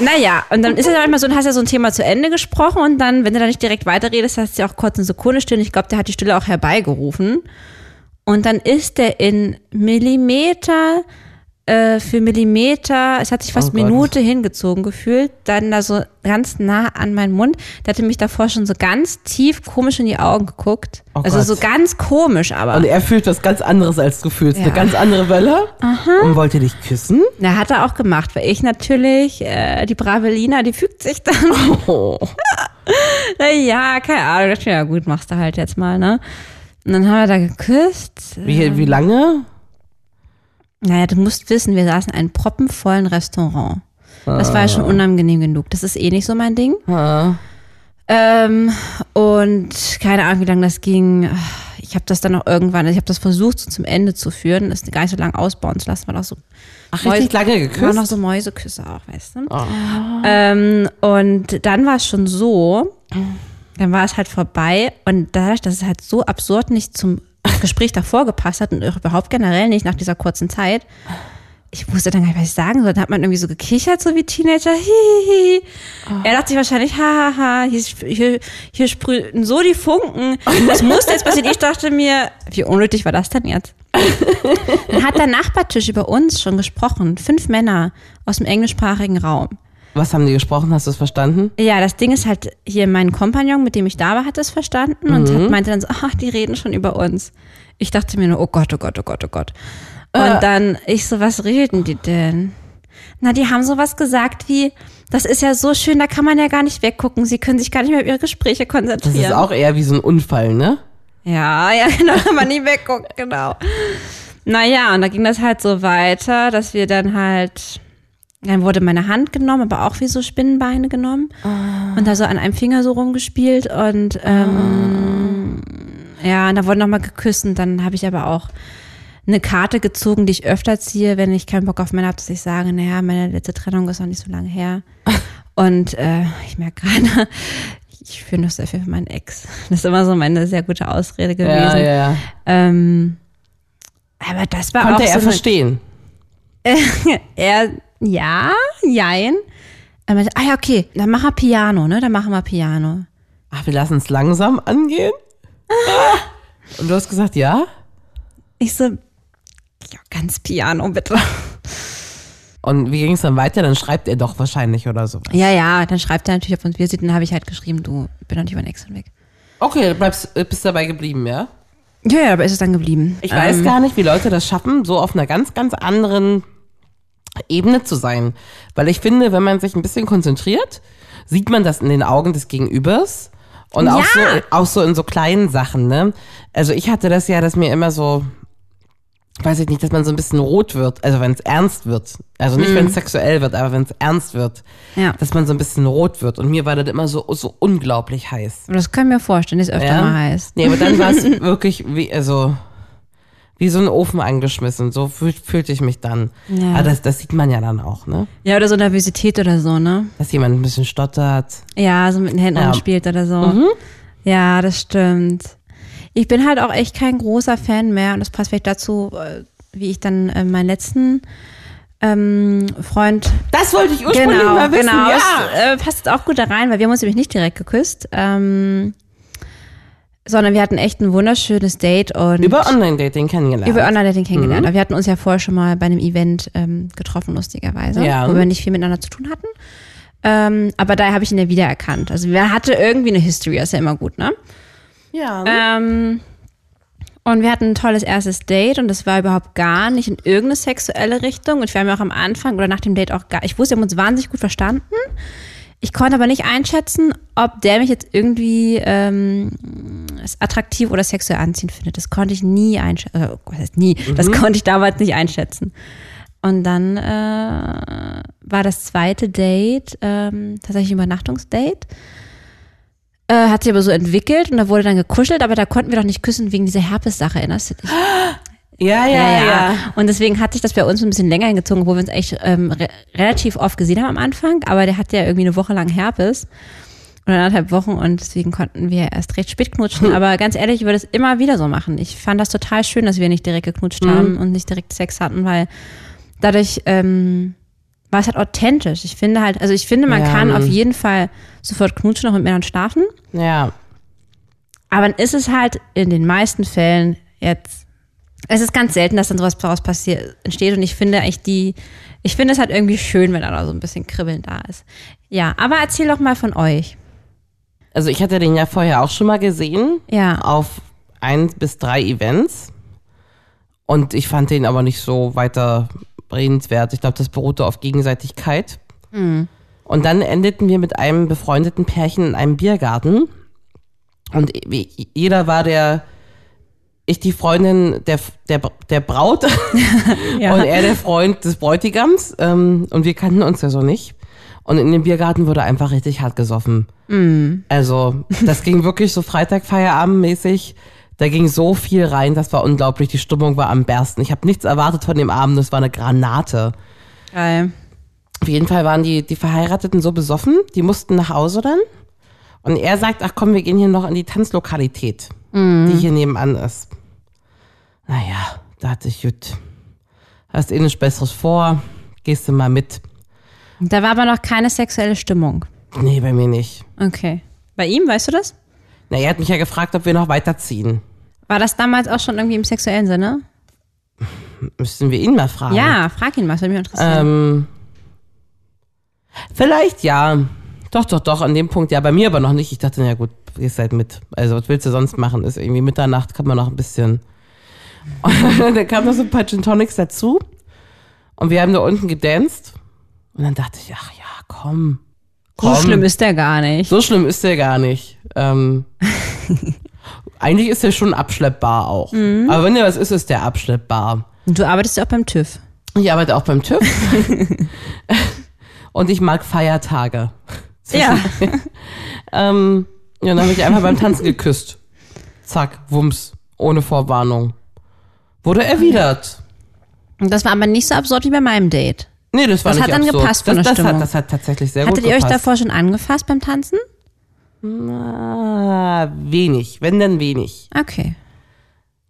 Speaker 3: naja, und dann ist ja manchmal so, dann hast ja so ein Thema zu Ende gesprochen und dann, wenn du da nicht direkt weiterredest, hast du ja auch kurz eine Sekunde Stille. Ich glaube, der hat die Stille auch herbeigerufen. Und dann ist der in Millimeter äh, für Millimeter, es hat sich fast
Speaker 2: Oh Gott.
Speaker 3: Minute hingezogen gefühlt, dann da so ganz nah an meinen Mund. Der hatte mich davor schon so ganz tief komisch in die Augen geguckt.
Speaker 2: Oh
Speaker 3: also
Speaker 2: Gott.
Speaker 3: so ganz komisch aber.
Speaker 2: Und er fühlt was ganz anderes, als du fühlst.
Speaker 3: Ja.
Speaker 2: Eine ganz andere Welle. Und wollte dich küssen.
Speaker 3: Na, hat er auch gemacht, weil ich natürlich, äh, die brave Lina, die fügt sich dann. Na ja, keine Ahnung, dachte ich mir, ja gut, machst du halt jetzt mal, ne? Und dann haben wir da geküsst.
Speaker 2: Wie, wie lange?
Speaker 3: Naja, du musst wissen, wir saßen in einem proppenvollen Restaurant. Das war ja
Speaker 2: Ah.
Speaker 3: schon unangenehm genug. Das ist eh nicht so mein Ding. Ähm, und keine Ahnung, wie lange das ging. Ich Ich habe das dann noch irgendwann, ich habe das versucht so zum Ende zu führen, das gar nicht so lange ausbauen zu lassen, weil auch so
Speaker 2: Ach, richtig lange
Speaker 3: waren
Speaker 2: geküsst. Ah.
Speaker 3: noch so Mäuseküsse auch, weißt du? Ähm, und dann war es schon so, dann war es halt vorbei und dadurch, dass es halt so absurd nicht zum Gespräch davor gepasst hat und auch überhaupt generell nicht nach dieser kurzen Zeit, ich wusste dann gar nicht, was ich sagen soll. Dann hat man irgendwie so gekichert, so wie Teenager. Hihihi. Er dachte sich wahrscheinlich, hahaha, hier, sp- hier, hier sprühen so die Funken. Das musste jetzt passieren. Ich dachte mir, wie unnötig war das denn jetzt? Dann hat der Nachbartisch über uns schon gesprochen. Fünf Männer aus dem englischsprachigen Raum.
Speaker 2: Was haben die gesprochen? Hast du es verstanden?
Speaker 3: Ja, das Ding ist halt, hier mein Kompagnon, mit dem ich da war, hat das verstanden und
Speaker 2: Mhm.
Speaker 3: hat, meinte dann so, ach, die reden schon über uns. Ich dachte mir nur, oh Gott, oh Gott, oh Gott, oh Gott. Und
Speaker 2: Äh.
Speaker 3: dann, ich so, was reden die denn? Na, die haben sowas gesagt wie, das ist ja so schön, da kann man ja gar nicht weggucken, sie können sich gar nicht mehr auf ihre Gespräche
Speaker 2: Das
Speaker 3: konzentrieren.
Speaker 2: ist auch eher wie so ein Unfall, ne?
Speaker 3: Ja, ja, genau, wenn man nie wegguckt, genau. Naja, und da ging das halt so weiter, dass wir dann halt, dann wurde meine Hand genommen, aber auch wie so Spinnenbeine genommen
Speaker 2: Ah.
Speaker 3: und da so an einem Finger so rumgespielt und ähm,
Speaker 2: Ah.
Speaker 3: ja, und da wurde nochmal geküsst und dann habe ich aber auch eine Karte gezogen, die ich öfter ziehe, wenn ich keinen Bock auf Männer habe, dass ich sage, naja, meine letzte Trennung ist noch nicht so lange her. Und äh, ich merke gerade, ich fühle noch sehr viel für meinen Ex. Das ist immer so meine sehr gute Ausrede gewesen.
Speaker 2: Ja, ja, ja.
Speaker 3: Ähm, aber das war
Speaker 2: Konnte
Speaker 3: auch
Speaker 2: er
Speaker 3: so eine-
Speaker 2: verstehen.
Speaker 3: er, ja, jein. Er meinte, ah ja, okay, dann machen wir Piano, ne? Dann machen wir Piano.
Speaker 2: Ach, wir lassen es langsam angehen? Und du hast gesagt, ja?
Speaker 3: Ich so, ja, ganz Piano, bitte.
Speaker 2: Und wie ging es dann weiter? Dann schreibt er doch wahrscheinlich oder so.
Speaker 3: Ja, ja, dann schreibt er natürlich auf uns Visit, dann habe ich halt geschrieben, du, ich bin noch nicht über den Ex hinweg.
Speaker 2: Okay, du bleibst, äh, bist dabei geblieben, ja?
Speaker 3: Ja, ja, aber ist es dann geblieben. Ähm,
Speaker 2: Ich weiß gar nicht, wie Leute das schaffen, so auf einer ganz, ganz anderen Ebene zu sein. Weil ich finde, wenn man sich ein bisschen konzentriert, sieht man das in den Augen des Gegenübers. Und auch,
Speaker 3: Ja.
Speaker 2: so, auch so in so kleinen Sachen, ne? Also ich hatte das ja, dass mir immer so, weiß ich nicht, dass man so ein bisschen rot wird, also wenn es ernst wird. Also nicht, wenn es sexuell wird, aber wenn es ernst wird,
Speaker 3: Ja.
Speaker 2: dass man so ein bisschen rot wird. Und mir war das immer so, so unglaublich heiß.
Speaker 3: Aber das können wir vorstellen, dass es öfter
Speaker 2: Ja.
Speaker 3: mal heißt.
Speaker 2: Nee, aber dann war es wirklich wie, also, wie so ein Ofen angeschmissen. So fühl, fühlte ich mich dann.
Speaker 3: Ja. Ah,
Speaker 2: Aber das, das sieht man ja dann auch, ne?
Speaker 3: Ja, oder so Nervosität oder so, ne?
Speaker 2: Dass jemand ein bisschen stottert.
Speaker 3: Ja, so mit den Händen
Speaker 2: Ja. Mhm.
Speaker 3: rumspielt oder so. Ja, das stimmt. Ich bin halt auch echt kein großer Fan mehr und das passt vielleicht dazu, äh, wie ich dann äh, meinen letzten ähm, Freund
Speaker 2: Das wollte ich ursprünglich
Speaker 3: genau,
Speaker 2: mal wissen.
Speaker 3: Genau,
Speaker 2: Ja.
Speaker 3: es, äh, passt jetzt auch gut da rein, weil wir haben uns nämlich nicht direkt geküsst, ähm, sondern wir hatten echt ein wunderschönes Date und
Speaker 2: Über Online-Dating kennengelernt.
Speaker 3: über Online-Dating kennengelernt. Aber wir hatten uns ja vorher schon mal bei einem Event ähm, getroffen, lustigerweise,
Speaker 2: Ja.
Speaker 3: wo wir nicht viel miteinander zu tun hatten. Ähm, aber da habe ich ihn ja wiedererkannt. Also wer hatte irgendwie eine History, das ist ja immer gut, ne?
Speaker 2: ja.
Speaker 3: Ähm, und wir hatten ein tolles erstes Date und das war überhaupt gar nicht in irgendeine sexuelle Richtung. Und wir haben ja auch am Anfang oder nach dem Date auch gar, ich wusste, wir haben uns wahnsinnig gut verstanden. Ich konnte aber nicht einschätzen, ob der mich jetzt irgendwie ähm, als attraktiv oder sexuell anziehend findet. Das konnte ich nie einschätzen. Äh, was heißt nie? Das konnte ich damals nicht einschätzen. Und dann äh, war das zweite Date ähm, tatsächlich ein Übernachtungsdate. Äh, hat sich aber so entwickelt und da wurde dann gekuschelt, aber da konnten wir doch nicht küssen wegen dieser Herpes-Sache, erinnerst du dich?
Speaker 2: ja, ja, ja, ja.
Speaker 3: Und deswegen hat sich das bei uns ein bisschen länger hingezogen, wo wir uns echt ähm, re relativ oft gesehen haben am Anfang, aber der hatte ja irgendwie eine Woche lang Herpes oder anderthalb Wochen und deswegen konnten wir erst recht spät knutschen.
Speaker 2: Hm.
Speaker 3: Aber ganz ehrlich, ich würde es immer wieder so machen. Ich fand das total schön, dass wir nicht direkt geknutscht
Speaker 2: Hm.
Speaker 3: haben und nicht direkt Sex hatten, weil dadurch ähm, war es halt authentisch. Ich finde halt, also ich finde, man
Speaker 2: Ja,
Speaker 3: kann
Speaker 2: mm.
Speaker 3: auf jeden Fall sofort knutschen und mit Männern schlafen.
Speaker 2: Ja.
Speaker 3: Aber dann ist es halt in den meisten Fällen jetzt. Es ist ganz selten, dass dann sowas daraus passiert entsteht. Und ich finde echt die, ich finde es halt irgendwie schön, wenn da so ein bisschen Kribbeln da ist. Ja, aber erzähl doch mal von euch.
Speaker 2: Also ich hatte den ja vorher auch schon mal gesehen.
Speaker 3: Ja.
Speaker 2: Auf ein bis drei Events. Und ich fand den aber nicht so weiter redenswert. Ich glaube, das beruhte auf Gegenseitigkeit. Und dann endeten wir mit einem befreundeten Pärchen in einem Biergarten. Und wie- jeder war der, ich die Freundin der, der, der Braut
Speaker 3: Ja.
Speaker 2: und er der Freund des Bräutigams. Ähm, und wir kannten uns ja so nicht. Und in dem Biergarten wurde einfach richtig hart gesoffen. Also, das ging wirklich so Freitag Feierabend mäßig Da ging so viel rein, das war unglaublich. Die Stimmung war am besten. Ich habe nichts erwartet von dem Abend, das war eine Granate.
Speaker 3: Geil.
Speaker 2: Auf jeden Fall waren die, die Verheirateten so besoffen, die mussten nach Hause dann. Und er sagt, ach komm, wir gehen hier noch in die Tanzlokalität, die hier nebenan ist. Naja, da hatte ich, gut, hast eh nichts Besseres vor, gehst du mal mit.
Speaker 3: Da war aber noch keine sexuelle Stimmung.
Speaker 2: Nee, bei mir nicht.
Speaker 3: Okay. Bei ihm, weißt du das?
Speaker 2: Na, er hat mich ja gefragt, ob wir noch weiterziehen.
Speaker 3: War das damals auch schon irgendwie im sexuellen Sinne?
Speaker 2: Müssen wir ihn mal fragen.
Speaker 3: Ja, frag ihn mal, das würde mich interessieren.
Speaker 2: Ähm, vielleicht ja. Doch, doch, doch, an dem Punkt ja, bei mir aber noch nicht. Ich dachte, na gut, gehst halt mit. Also, was willst du sonst machen? Ist irgendwie Mitternacht, kann man noch ein bisschen. Und dann kamen noch so ein paar Gin Tonics dazu. Und wir haben da unten gedanced. Und dann dachte ich, ach ja, komm.
Speaker 3: so schlimm ist der gar nicht.
Speaker 2: So schlimm ist der gar nicht. Ähm, eigentlich ist der schon abschleppbar auch. Aber wenn der was ist, ist der abschleppbar.
Speaker 3: Und du arbeitest ja auch beim TÜV.
Speaker 2: Ich arbeite auch beim TÜV. und ich mag Feiertage.
Speaker 3: Ja.
Speaker 2: Ähm, ja, dann habe ich einfach beim Tanzen geküsst. Zack, Wumms, ohne Vorwarnung. Wurde erwidert.
Speaker 3: Und das war aber nicht so absurd wie bei meinem Date.
Speaker 2: Nee, das war
Speaker 3: Das
Speaker 2: nicht
Speaker 3: hat dann
Speaker 2: absurd.
Speaker 3: gepasst von
Speaker 2: das,
Speaker 3: der
Speaker 2: das,
Speaker 3: Stimmung.
Speaker 2: hat, das hat tatsächlich sehr
Speaker 3: Hattet
Speaker 2: gut
Speaker 3: ihr euch
Speaker 2: gepasst.
Speaker 3: davor schon angefasst beim Tanzen?
Speaker 2: Na, wenig, wenn dann wenig.
Speaker 3: Okay.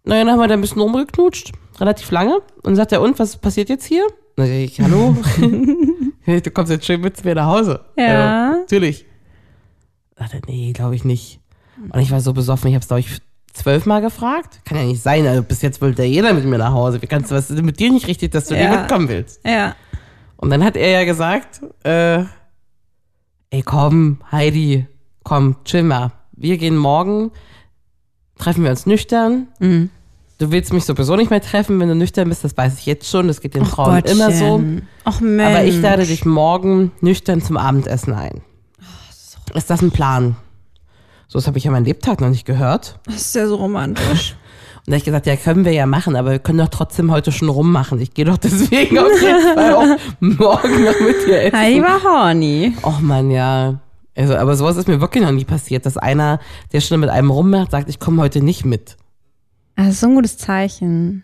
Speaker 2: Naja, dann haben wir da ein bisschen rumgeknutscht, relativ lange. Und sagt er, und, was passiert jetzt hier? Na, ich, hallo? Hey, du kommst jetzt schön mit zu mir nach Hause. Also,
Speaker 3: Ja.
Speaker 2: natürlich. Sagt er, nee, glaube ich nicht. Und ich war so besoffen, ich habe es, glaube ich, zwölfmal gefragt. Kann ja nicht sein, also bis jetzt wollte ja jeder mit mir nach Hause. Wie kannst du, was ist denn mit dir nicht richtig, dass du
Speaker 3: Ja.
Speaker 2: nicht mitkommen willst?
Speaker 3: Ja.
Speaker 2: Und dann hat er ja gesagt, äh, ey komm, Heidi, komm, chill mal. Wir gehen morgen, treffen wir uns nüchtern.
Speaker 3: Mhm.
Speaker 2: Du willst mich sowieso nicht mehr treffen, wenn du nüchtern bist, das weiß ich jetzt schon, das geht den Frauen immer so.
Speaker 3: Ach Mensch.
Speaker 2: Aber ich lade dich morgen nüchtern zum Abendessen ein. Ist das ein Plan? So, das habe ich ja meinen Lebtag noch nicht gehört.
Speaker 3: Das ist ja so romantisch.
Speaker 2: Und da hab ich gesagt, ja, können wir ja machen, aber wir können doch trotzdem heute schon rummachen. Ich gehe doch deswegen auf jeden Fall auch morgen noch mit dir essen.
Speaker 3: Heidi war horny.
Speaker 2: Och man, ja. Also, aber sowas ist mir wirklich noch nie passiert, dass einer, der schon mit einem rummacht, sagt, ich komme heute nicht mit.
Speaker 3: Ah, Das ist so ein gutes Zeichen.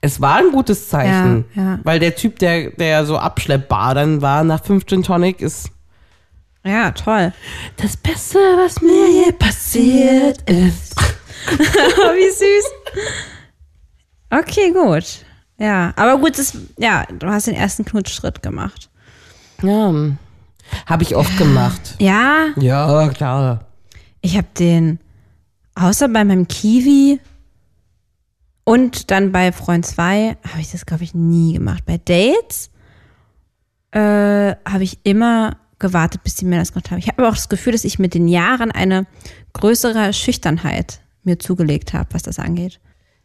Speaker 2: Es war ein gutes Zeichen.
Speaker 3: Ja, ja.
Speaker 2: Weil der Typ, der, der so abschleppbar dann war nach fünf Gin Tonic, ist
Speaker 3: Ja, toll.
Speaker 2: das Beste, was mir je passiert ist.
Speaker 3: Wie süß. Okay, gut. Ja, aber gut, das, ja, du hast den ersten Knutschschritt gemacht.
Speaker 2: Ja. Habe ich oft gemacht.
Speaker 3: Ja,
Speaker 2: Ja, klar.
Speaker 3: ich habe den, außer bei meinem Kiwi und dann bei Freund 2, habe ich das, glaube ich, nie gemacht. Bei Dates äh, habe ich immer gewartet, bis die mir das gemacht haben. Ich habe aber auch das Gefühl, dass ich mit den Jahren eine größere Schüchternheit mir zugelegt habe, was das angeht.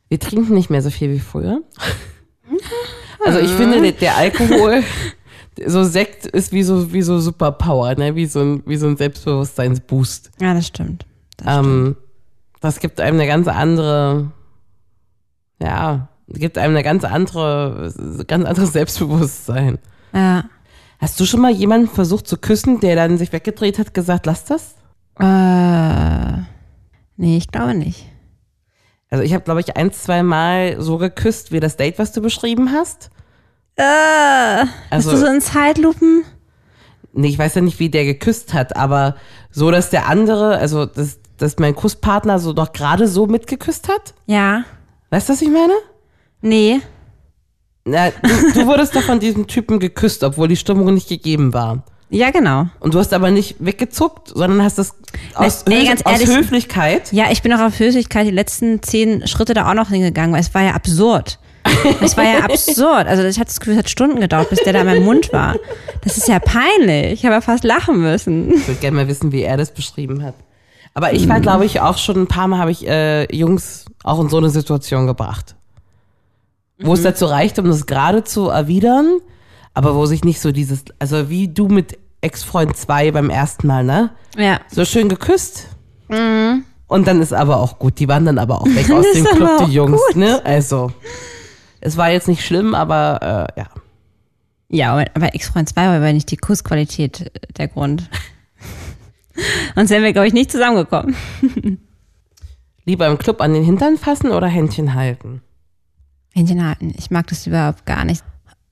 Speaker 2: Wir trinken nicht mehr so viel wie früher. Also ich finde, der, der Alkohol, so Sekt ist wie so, wie so Superpower, ne? wie, so ein, wie so ein Selbstbewusstseinsboost.
Speaker 3: Ja, das stimmt. Das
Speaker 2: Ähm, das gibt einem eine ganz andere, ja, gibt einem eine ganz andere, ganz anderes Selbstbewusstsein.
Speaker 3: Ja.
Speaker 2: Hast du schon mal jemanden versucht zu küssen, der dann sich weggedreht hat, gesagt, lass das?
Speaker 3: Äh, nee, ich glaube nicht.
Speaker 2: Also ich habe, glaube ich, ein, zwei Mal so geküsst, wie das Date, was du beschrieben hast.
Speaker 3: Äh, bist
Speaker 2: Also-
Speaker 3: du so in Zeitlupen?
Speaker 2: Nee, ich weiß ja nicht, wie der geküsst hat, aber so, dass der andere, also dass, dass mein Kusspartner so doch gerade so mitgeküsst hat.
Speaker 3: Ja.
Speaker 2: Weißt du, was ich meine?
Speaker 3: Nee.
Speaker 2: Na, du, du wurdest doch von diesem Typen geküsst, obwohl die Stimmung nicht gegeben war.
Speaker 3: Ja, genau.
Speaker 2: Und du hast aber nicht weggezuckt, sondern hast das aus,
Speaker 3: nee,
Speaker 2: Höf-
Speaker 3: ganz
Speaker 2: aus
Speaker 3: ehrlich.
Speaker 2: Höflichkeit.
Speaker 3: Ja, ich bin auch auf Höflichkeit die letzten zehn Schritte da auch noch hingegangen, weil es war ja absurd. Es war ja absurd. Also ich hatte das Gefühl, es hat Stunden gedauert, bis der da in meinem Mund war. Das ist ja peinlich. Ich habe ja fast lachen müssen.
Speaker 2: Ich würde gerne mal wissen, wie er das beschrieben hat. Aber ich
Speaker 3: Mhm.
Speaker 2: war, glaube ich, auch schon ein paar Mal habe ich äh, Jungs auch in so eine Situation gebracht. Wo
Speaker 3: Mhm.
Speaker 2: es dazu reicht, um das gerade zu erwidern, aber wo sich nicht so dieses, also wie du mit Ex-Freund 2 beim ersten Mal, ne?
Speaker 3: Ja.
Speaker 2: So schön geküsst. Und dann ist aber auch gut. Die waren dann aber auch weg aus
Speaker 3: Mhm. Ist
Speaker 2: dem
Speaker 3: aber
Speaker 2: Club,
Speaker 3: auch
Speaker 2: die Jungs,
Speaker 3: gut.
Speaker 2: ne? Also, es war jetzt nicht schlimm, aber äh, ja.
Speaker 3: Ja, aber- aber Ex-Freund 2 war aber nicht die Kussqualität äh, der Grund. Sonst wären wir, glaube ich, nicht zusammengekommen.
Speaker 2: Lieber im Club an den Hintern fassen oder Händchen halten?
Speaker 3: Händchen halten. Ich mag das überhaupt gar nicht.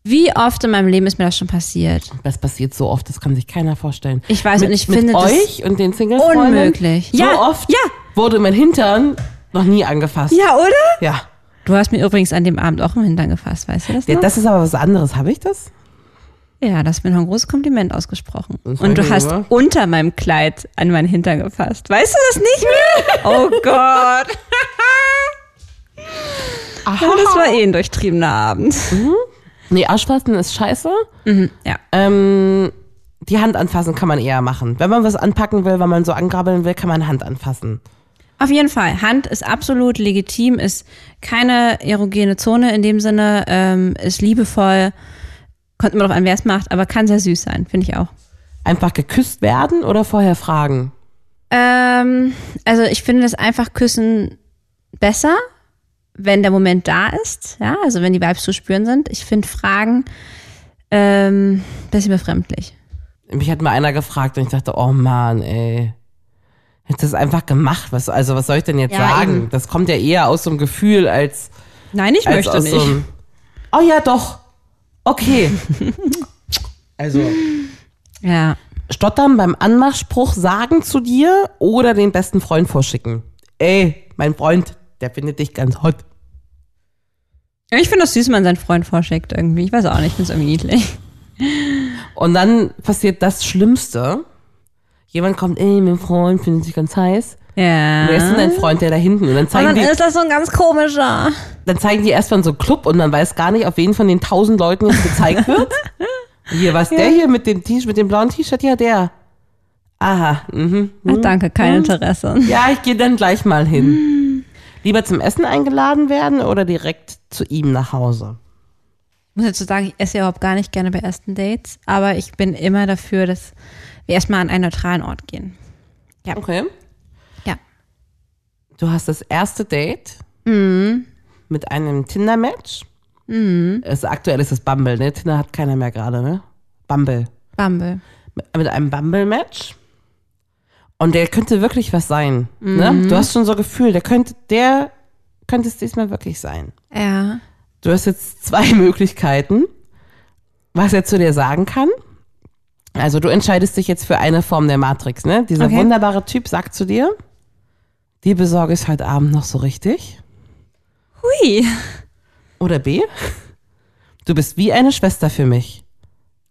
Speaker 3: Wie oft in meinem Leben ist mir das schon passiert?
Speaker 2: Das passiert so oft, das kann sich keiner vorstellen.
Speaker 3: Ich weiß
Speaker 2: mit,
Speaker 3: und ich
Speaker 2: mit
Speaker 3: finde das
Speaker 2: euch und den Singles
Speaker 3: unmöglich.
Speaker 2: So
Speaker 3: Ja,
Speaker 2: oft
Speaker 3: ja.
Speaker 2: wurde mein Hintern noch nie angefasst.
Speaker 3: Ja, oder?
Speaker 2: Ja.
Speaker 3: Du hast mir übrigens an dem Abend auch im Hintern gefasst, weißt du das?
Speaker 2: ja.
Speaker 3: Noch?
Speaker 2: Das ist aber was anderes. Habe ich das?
Speaker 3: ja, das hast mir noch ein großes Kompliment ausgesprochen.
Speaker 2: Das
Speaker 3: Und
Speaker 2: weiß
Speaker 3: du
Speaker 2: ich
Speaker 3: hast
Speaker 2: sogar.
Speaker 3: unter meinem Kleid an meinen Hintern gefasst. Weißt du das nicht mehr? oh Gott. Ja, das war eh ein durchtriebener Abend.
Speaker 2: Nee, Arschfassen ist scheiße.
Speaker 3: Ja.
Speaker 2: Ähm, die Hand anfassen kann man eher machen. Wenn man was anpacken will, wenn man so angrabbeln will, kann man Hand anfassen.
Speaker 3: Auf jeden Fall. Hand ist absolut legitim, ist keine erogene Zone in dem Sinne, ähm, ist liebevoll. Kommt immer drauf an, wer es macht, aber kann sehr süß sein, finde ich auch.
Speaker 2: Einfach geküsst werden oder vorher fragen?
Speaker 3: Ähm, also ich finde das einfach Küssen besser, wenn der Moment da ist, ja, also wenn die Vibes zu spüren sind. Ich finde Fragen ähm, bisschen befremdlich.
Speaker 2: Mich hat mal einer gefragt und ich dachte, oh Mann, ey. Hättest du es einfach gemacht? Was, also, was soll ich denn jetzt
Speaker 3: Ja,
Speaker 2: sagen?
Speaker 3: eben.
Speaker 2: Das kommt ja eher aus so einem Gefühl als,
Speaker 3: Nein, ich
Speaker 2: als
Speaker 3: möchte
Speaker 2: aus
Speaker 3: nicht.
Speaker 2: so einem. Oh ja, doch. Okay. also.
Speaker 3: ja.
Speaker 2: Stottern beim Anmachspruch sagen zu dir oder den besten Freund vorschicken. Ey, mein Freund, der findet dich ganz hot.
Speaker 3: Ich finde das süß, wenn man seinen Freund vorschickt irgendwie. Ich weiß auch nicht, ich finde es irgendwie niedlich.
Speaker 2: Und dann passiert das Schlimmste. Jemand kommt, ey, mein Freund findet dich ganz heiß.
Speaker 3: Ja.
Speaker 2: Wer ist denn dein Freund, der da hinten? Und dann
Speaker 3: Und
Speaker 2: zeigen,
Speaker 3: dann
Speaker 2: die,
Speaker 3: ist das so ein ganz komischer.
Speaker 2: dann zeigen die erstmal so einen Club und man weiß gar nicht, auf wen von den tausend Leuten jetzt gezeigt wird. hier, was der hier mit dem T-Shirt, mit dem blauen T-Shirt? Ja, der. Aha, mhm.
Speaker 3: Ach, Ah, danke, kein Interesse.
Speaker 2: Ja, ich gehe dann gleich mal hin. Lieber zum Essen eingeladen werden oder direkt zu ihm nach Hause?
Speaker 3: Ich muss dazu sagen, ich esse ja überhaupt gar nicht gerne bei ersten Dates, aber ich bin immer dafür, dass wir erstmal an einen neutralen Ort gehen.
Speaker 2: Okay.
Speaker 3: Ja.
Speaker 2: Du hast das erste Date mit einem Tinder-Match. Es, aktuell ist es Bumble, ne? Tinder hat keiner mehr gerade, ne? Bumble.
Speaker 3: Bumble.
Speaker 2: Mit- Mit einem Bumble-Match. Und der könnte wirklich was sein.
Speaker 3: Mhm.
Speaker 2: Ne? Du hast schon so ein Gefühl, der könnte, der könnte es diesmal wirklich sein.
Speaker 3: Ja.
Speaker 2: Du hast jetzt zwei Möglichkeiten, was er zu dir sagen kann. Also du entscheidest dich jetzt für eine Form der Matrix, ne? Dieser
Speaker 3: Okay.
Speaker 2: wunderbare Typ sagt zu dir, dir besorge ich heute Abend noch so richtig.
Speaker 3: Hui.
Speaker 2: Oder B, du bist wie eine Schwester für mich.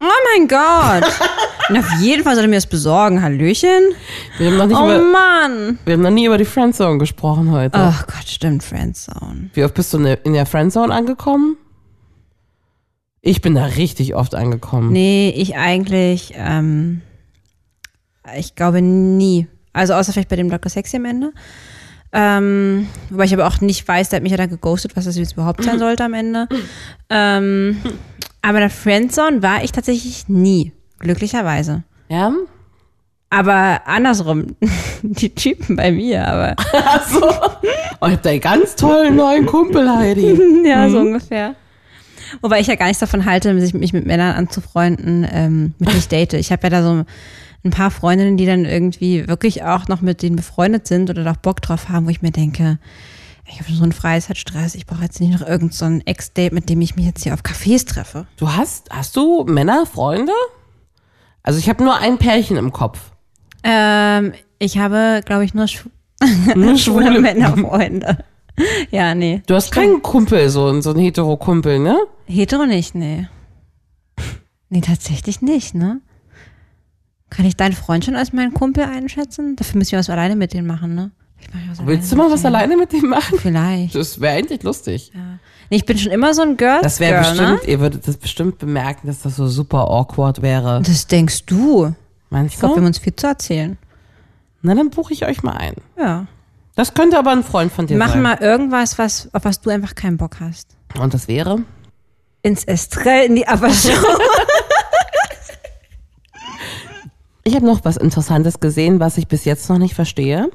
Speaker 3: Oh mein Gott. Und auf jeden Fall sollte mir das besorgen. Hallöchen.
Speaker 2: Wir haben noch, nicht
Speaker 3: Oh
Speaker 2: über,
Speaker 3: Mann.
Speaker 2: wir haben noch nie über die Friendzone gesprochen heute.
Speaker 3: Oh Gott, stimmt, Friendzone.
Speaker 2: Wie oft bist du in der- in der Friendzone angekommen? Ich bin da richtig oft angekommen.
Speaker 3: Nee, ich eigentlich, ähm, ich glaube nie. Also außer vielleicht bei dem Dr. Sexy am Ende. Ähm, wobei ich aber auch nicht weiß, der hat mich ja dann geghostet, was das jetzt überhaupt sein sollte am Ende. Ähm, aber der Friendzone war ich tatsächlich nie, glücklicherweise.
Speaker 2: Ja?
Speaker 3: Aber andersrum, die Typen bei mir, aber
Speaker 2: Ach so. Oh, ich hab da einen ganz tollen neuen Kumpel, Heidi.
Speaker 3: ja, so ungefähr. Wobei ich ja gar nichts davon halte, sich mich mit Männern anzufreunden, ähm, mit denen ich date. Ich habe ja da so ein paar Freundinnen, die dann irgendwie wirklich auch noch mit denen befreundet sind oder da auch Bock drauf haben, wo ich mir denke, ich habe schon so einen Freizeitstress, ich brauche jetzt nicht noch irgendein so ein Ex-Date, mit dem ich mich jetzt hier auf Cafés treffe.
Speaker 2: Du hast, hast du Männer, Freunde? Also ich habe nur ein Pärchen im Kopf.
Speaker 3: Ähm, ich habe, glaube ich, nur schw
Speaker 2: Nur
Speaker 3: schwule
Speaker 2: schwule.
Speaker 3: Männerfreunde. ja, nee.
Speaker 2: Du hast keinen Kumpel, so, ein- so ein Hetero-Kumpel, ne?
Speaker 3: Hetero nicht, nee. Nee, tatsächlich nicht, ne? Kann ich deinen Freund schon als meinen Kumpel einschätzen? Dafür müssen wir was alleine mit denen machen, ne? Ich mach ja was
Speaker 2: Willst du
Speaker 3: alleine
Speaker 2: mal
Speaker 3: mit
Speaker 2: was
Speaker 3: denen.
Speaker 2: alleine mit dem machen?
Speaker 3: Vielleicht.
Speaker 2: Das wäre eigentlich lustig.
Speaker 3: Ja. Nee, ich bin schon immer so ein Girl.
Speaker 2: Das wäre
Speaker 3: Girl,
Speaker 2: bestimmt,
Speaker 3: Ne?
Speaker 2: ihr würdet das bestimmt bemerken, dass das so super awkward wäre.
Speaker 3: Das denkst du. Ich
Speaker 2: Meinst
Speaker 3: glaube, wir
Speaker 2: du?
Speaker 3: haben uns viel zu erzählen.
Speaker 2: Na, dann buche ich euch mal ein.
Speaker 3: Ja.
Speaker 2: Das könnte aber ein Freund von dir
Speaker 3: Wir machen
Speaker 2: sein.
Speaker 3: mal irgendwas, was, auf was du einfach keinen Bock hast.
Speaker 2: Und das wäre?
Speaker 3: Ins Estrell, in die Abershow.
Speaker 2: Ich habe noch was Interessantes gesehen, was ich bis jetzt noch nicht verstehe.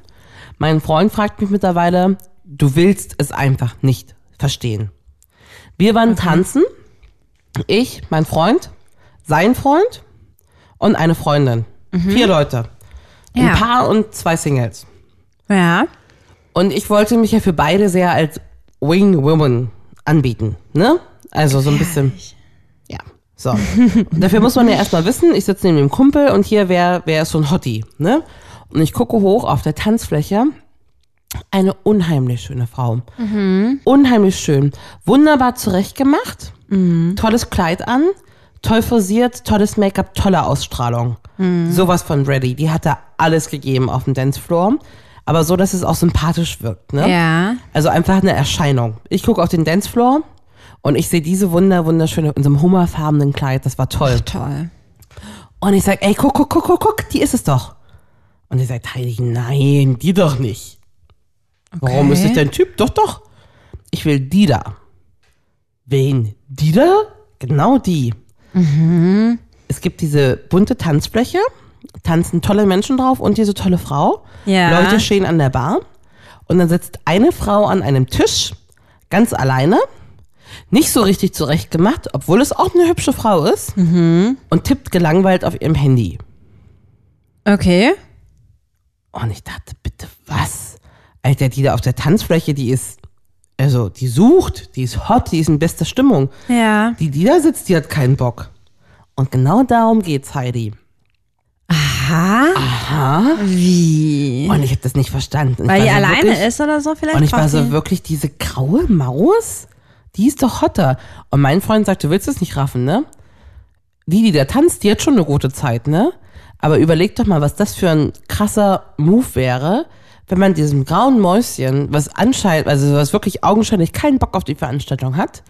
Speaker 2: Mein Freund fragt mich mittlerweile, du willst es einfach nicht verstehen. Wir
Speaker 3: Mhm.
Speaker 2: waren tanzen, ich, mein Freund, sein Freund und eine Freundin. Vier Leute. Ein
Speaker 3: Mhm. ja.
Speaker 2: Paar und zwei Singles.
Speaker 3: ja.
Speaker 2: Und ich wollte mich ja für beide sehr als Wing Woman anbieten, ne? Also so ein bisschen. Ja. So. Und dafür muss man ja erstmal wissen, ich sitze neben dem Kumpel und hier wer wer ist so ein Hottie, ne? Und ich gucke hoch auf der Tanzfläche. Eine unheimlich schöne Frau. Unheimlich schön. Wunderbar zurechtgemacht. Tolles Kleid an. Toll frisiert, tolles Make-up, tolle Ausstrahlung. Sowas von ready. Die hat da alles gegeben auf dem Dancefloor. Aber so, dass es auch sympathisch wirkt. Ne?
Speaker 3: Ja.
Speaker 2: Also einfach eine Erscheinung. Ich gucke auf den Dancefloor und ich sehe diese wunder, wunderschöne, in so einem hummerfarbenen Kleid. Das war toll.
Speaker 3: Toll.
Speaker 2: Und ich sage, ey, guck, guck, guck, guck, guck, die ist es doch. Und ihr sagt, Heidi, nein, die doch nicht. Warum ist es dein Typ? Doch, doch. Ich will die da. Wen? Die da? Genau die. Es gibt diese bunte Tanzfläche, tanzen tolle Menschen drauf und diese tolle Frau.
Speaker 3: Ja.
Speaker 2: Leute stehen an der Bar. Und dann sitzt eine Frau an einem Tisch, ganz alleine, nicht so richtig zurecht gemacht, obwohl es auch eine hübsche Frau ist, und tippt gelangweilt auf ihrem Handy.
Speaker 3: Okay.
Speaker 2: Und ich dachte, bitte was? Alter, die da auf der Tanzfläche, die ist, also die sucht, die ist hot, die ist in bester Stimmung.
Speaker 3: Ja.
Speaker 2: Die, die da sitzt, die hat keinen Bock. Und genau darum geht's, Heidi.
Speaker 3: Ha?
Speaker 2: Aha.
Speaker 3: Wie?
Speaker 2: Und ich habe das nicht verstanden.
Speaker 3: Weil die
Speaker 2: ich war so
Speaker 3: alleine
Speaker 2: wirklich,
Speaker 3: ist oder so vielleicht?
Speaker 2: Und ich war
Speaker 3: braucht
Speaker 2: so
Speaker 3: die-
Speaker 2: wirklich diese graue Maus, die ist doch hotter. Und mein Freund sagt, du willst es nicht raffen, ne? Die, die da tanzt, die hat schon eine gute Zeit, ne? Aber überleg doch mal, was das für ein krasser Move wäre, wenn man diesem grauen Mäuschen, was anscheinend, also was wirklich augenscheinlich keinen Bock auf die Veranstaltung hat,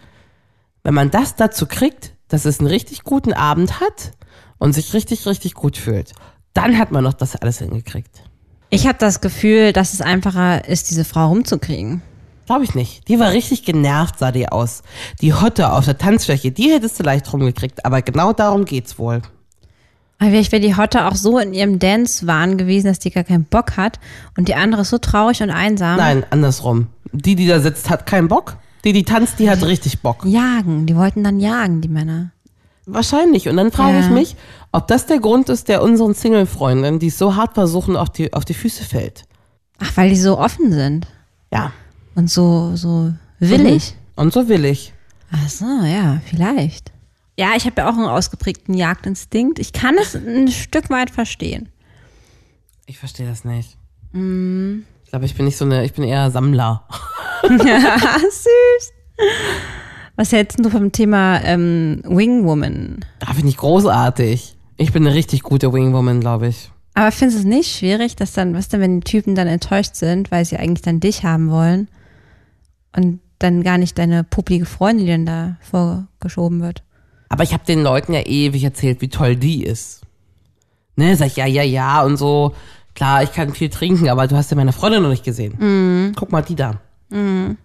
Speaker 2: wenn man das dazu kriegt, dass es einen richtig guten Abend hat und sich richtig, richtig gut fühlt, dann hat man noch das alles hingekriegt.
Speaker 3: ich habe das Gefühl, dass es einfacher ist, diese Frau rumzukriegen.
Speaker 2: Glaube ich nicht. Die war richtig genervt, sah die aus. Die Hotte auf der Tanzfläche, die hättest du leicht rumgekriegt, aber genau darum geht's wohl.
Speaker 3: Aber vielleicht wäre die Hotte auch so in ihrem Dance-Wahn gewesen, dass die gar keinen Bock hat und die andere ist so traurig und einsam.
Speaker 2: Nein, andersrum. Die, die da sitzt, hat keinen Bock. Die, die tanzt, die hat richtig Bock.
Speaker 3: Jagen. Die wollten dann jagen, die Männer.
Speaker 2: Wahrscheinlich. Und dann frage
Speaker 3: Ja.
Speaker 2: ich mich, ob das der Grund ist, der unseren Single-Freundinnen, die es so hart versuchen, auf die, auf die Füße fällt.
Speaker 3: Ach, weil die so offen sind
Speaker 2: Ja. Mhm.
Speaker 3: und so, so willig.
Speaker 2: Und so will ich.
Speaker 3: Ach so, ja, vielleicht. Ja, ich habe ja auch einen ausgeprägten Jagdinstinkt. Ich kann es ein Stück weit verstehen.
Speaker 2: Ich verstehe das nicht. Mhm. Ich glaube, ich bin nicht so eine, ich bin eher Sammler.
Speaker 3: Ah, süß. Was hältst denn du vom Thema ähm, Wingwoman?
Speaker 2: Da finde ich großartig. Ich bin eine richtig gute Wingwoman, glaube ich.
Speaker 3: Aber findest du es nicht schwierig, dass dann, was denn, wenn die Typen dann enttäuscht sind, weil sie eigentlich dann dich haben wollen und dann gar nicht deine publige Freundin die dann da vorgeschoben wird?
Speaker 2: Aber ich habe den Leuten ja ewig erzählt, wie toll die ist. Ne, sag ich, ja, ja, ja und so. Klar, ich kann viel trinken, aber du hast ja meine Freundin noch nicht gesehen. Guck mal, die da. Und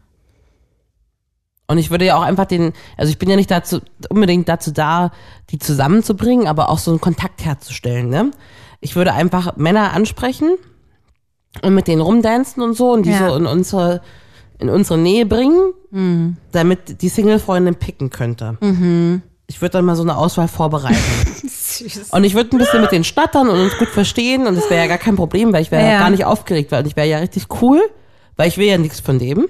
Speaker 2: ich würde ja auch einfach den, also ich bin ja nicht dazu, unbedingt dazu da, die zusammenzubringen, aber auch so einen Kontakt herzustellen, ne? Ich würde einfach Männer ansprechen und mit denen rumdancen und so und die
Speaker 3: Ja.
Speaker 2: so in unsere, in unsere Nähe bringen, damit die Single-Freundin picken könnte. Ich würde dann mal so eine Auswahl vorbereiten. und ich würde ein bisschen mit denen schnattern und uns gut verstehen und das wäre ja gar kein Problem, weil ich wäre ja.
Speaker 3: Ja.
Speaker 2: gar nicht aufgeregt, weil ich wäre ja richtig cool, weil ich will ja nichts von dem.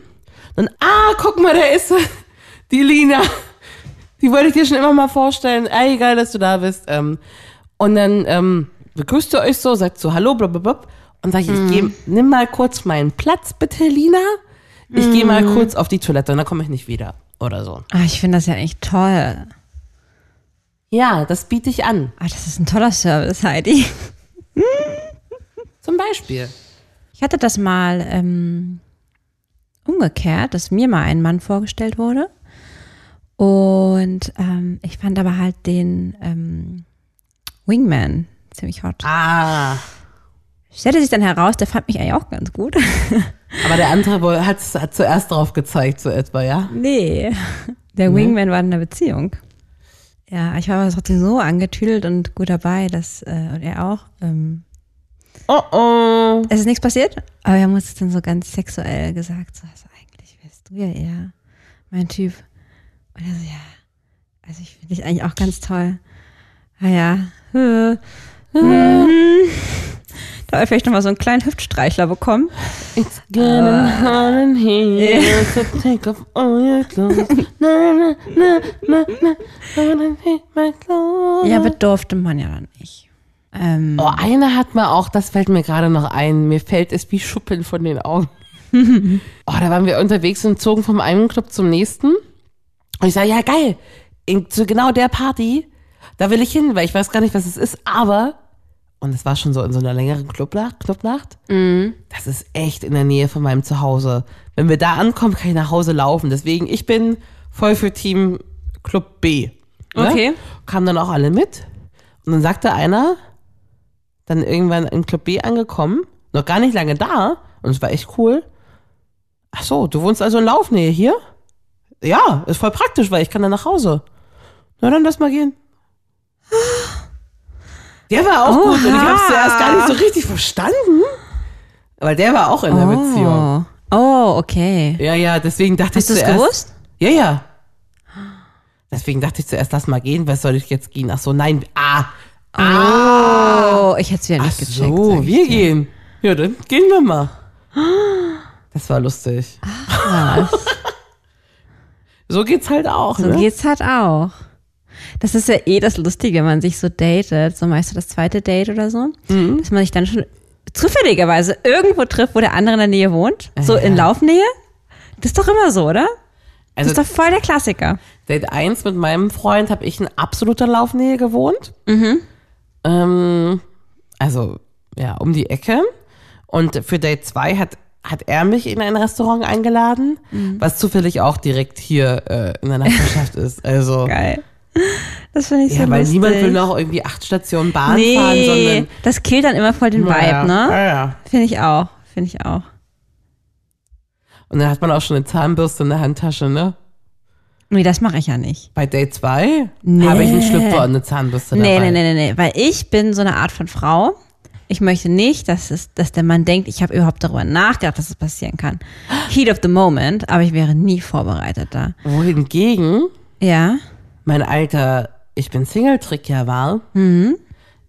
Speaker 2: Dann, ah, guck mal, da ist sie. die Lina. Die wollte ich dir schon immer mal vorstellen. Ey, geil, dass du da bist. Ähm, und dann ähm, begrüßt ihr euch so, sagt so Hallo, blablabla. Und sag ich, ich geh, nimm mal kurz meinen Platz, bitte, Lina. Ich gehe mal kurz auf die Toilette und dann komme ich nicht wieder. Oder so.
Speaker 3: Ah, ich finde das ja echt toll.
Speaker 2: Ja, das biete ich an.
Speaker 3: Ah, das ist ein toller Service, Heidi.
Speaker 2: Zum Beispiel.
Speaker 3: Ich hatte das mal ähm, umgekehrt, dass mir mal ein Mann vorgestellt wurde. Und ähm, ich fand aber halt den ähm, Wingman ziemlich hot.
Speaker 2: Ah.
Speaker 3: Stellte sich dann heraus, der fand mich eigentlich auch ganz gut.
Speaker 2: Aber der andere wohl- hat's- hat zuerst drauf gezeigt, so etwa, ja?
Speaker 3: nee, der Wingman war in einer Beziehung. Ja, ich war aber trotzdem so angetüdelt und gut dabei, dass, äh, und er auch. Ähm,
Speaker 2: Oh oh.
Speaker 3: es ist nichts passiert, aber er muss es dann so ganz sexuell gesagt, so, also eigentlich wärst du ja eher mein Typ. Und er so, ja, also ich finde dich eigentlich auch Mhm. ganz toll. Ah ja, hm. Äh, da Äh, Vielleicht nochmal so einen kleinen Hüftstreichler bekommen.
Speaker 2: It's getting hot in here, so take off all your clothes. Na, na, na, na, na, na, na, take my clothes.
Speaker 3: Ja, aber durfte man ja dann nicht. Ähm,
Speaker 2: Oh, einer hat mal auch, das fällt mir gerade noch ein, mir fällt es wie Schuppen von den Augen. oh, da waren wir unterwegs und zogen vom einen Club zum nächsten. Und ich sage, ja geil, in, zu genau der Party, da will ich hin, weil ich weiß gar nicht, was es ist, aber, und es war schon so in so einer längeren Clubnacht, Clubnacht das ist echt in der Nähe von meinem Zuhause. Wenn wir da ankommen, kann ich nach Hause laufen. Deswegen, ich bin voll für Team Club B. ne?
Speaker 3: Okay.
Speaker 2: Kamen dann auch alle mit. Und dann sagte einer, dann irgendwann im Club B angekommen, noch gar nicht lange da, und es war echt cool. Ach so, du wohnst also in Laufnähe hier? Ja, ist voll praktisch, weil ich kann dann nach Hause. Na dann lass mal gehen. Der war auch gut und ich hab's zuerst gar nicht so richtig verstanden. Aber der war auch in der Beziehung.
Speaker 3: oh. oh, okay.
Speaker 2: Ja, ja, deswegen dachte
Speaker 3: Hast du
Speaker 2: ich
Speaker 3: es
Speaker 2: zuerst.
Speaker 3: gewusst?
Speaker 2: Ja, ja. Deswegen dachte ich zuerst, lass mal gehen, was soll ich jetzt gehen? Ach so, nein, ah,
Speaker 3: Oh, ich hätte es wieder
Speaker 2: Ach
Speaker 3: nicht gecheckt. sag
Speaker 2: so,
Speaker 3: ich
Speaker 2: wir
Speaker 3: dir.
Speaker 2: gehen. Ja, dann gehen wir mal. Das war lustig. so geht's halt auch.
Speaker 3: So
Speaker 2: ne?
Speaker 3: geht's halt auch. Das ist ja eh das Lustige, wenn man sich so datet, so meist so das zweite Date oder so,
Speaker 2: Mhm.
Speaker 3: dass man sich dann schon zufälligerweise irgendwo trifft, wo der andere in der Nähe wohnt, so in Laufnähe. Das ist doch immer so, oder? Das
Speaker 2: also
Speaker 3: ist doch voll der Klassiker.
Speaker 2: Date 1 mit meinem Freund habe ich in absoluter Laufnähe gewohnt.
Speaker 3: Mhm.
Speaker 2: Ähm, also, ja, um die Ecke. Und für Date 2 hat, hat er mich in ein Restaurant eingeladen,
Speaker 3: Mhm.
Speaker 2: was zufällig auch direkt hier äh, in der Nachbarschaft ist. Also,
Speaker 3: Geil. Das finde ich so
Speaker 2: ja, weil
Speaker 3: lustig.
Speaker 2: niemand will noch irgendwie acht Stationen Bahn fahren,
Speaker 3: Nee,
Speaker 2: sondern.
Speaker 3: das killt dann immer voll den
Speaker 2: Naja,
Speaker 3: Vibe, ne?
Speaker 2: naja.
Speaker 3: Finde ich auch. Finde ich auch.
Speaker 2: Und dann hat man auch schon eine Zahnbürste in der Handtasche, ne?
Speaker 3: Nee, das mache ich ja nicht.
Speaker 2: Bei Date 2 habe ich einen Schlüpfer und eine Zahnbürste
Speaker 3: Nee,
Speaker 2: dabei.
Speaker 3: nee, nee, nee, nee, weil ich bin so eine Art von Frau. Ich möchte nicht, dass, es, dass der Mann denkt, ich habe überhaupt darüber nachgedacht, dass es passieren kann. Heat of the moment, aber ich wäre nie vorbereitet da.
Speaker 2: Wohingegen
Speaker 3: Ja,
Speaker 2: mein alter Ich bin Single-Trick ja war,
Speaker 3: Mhm.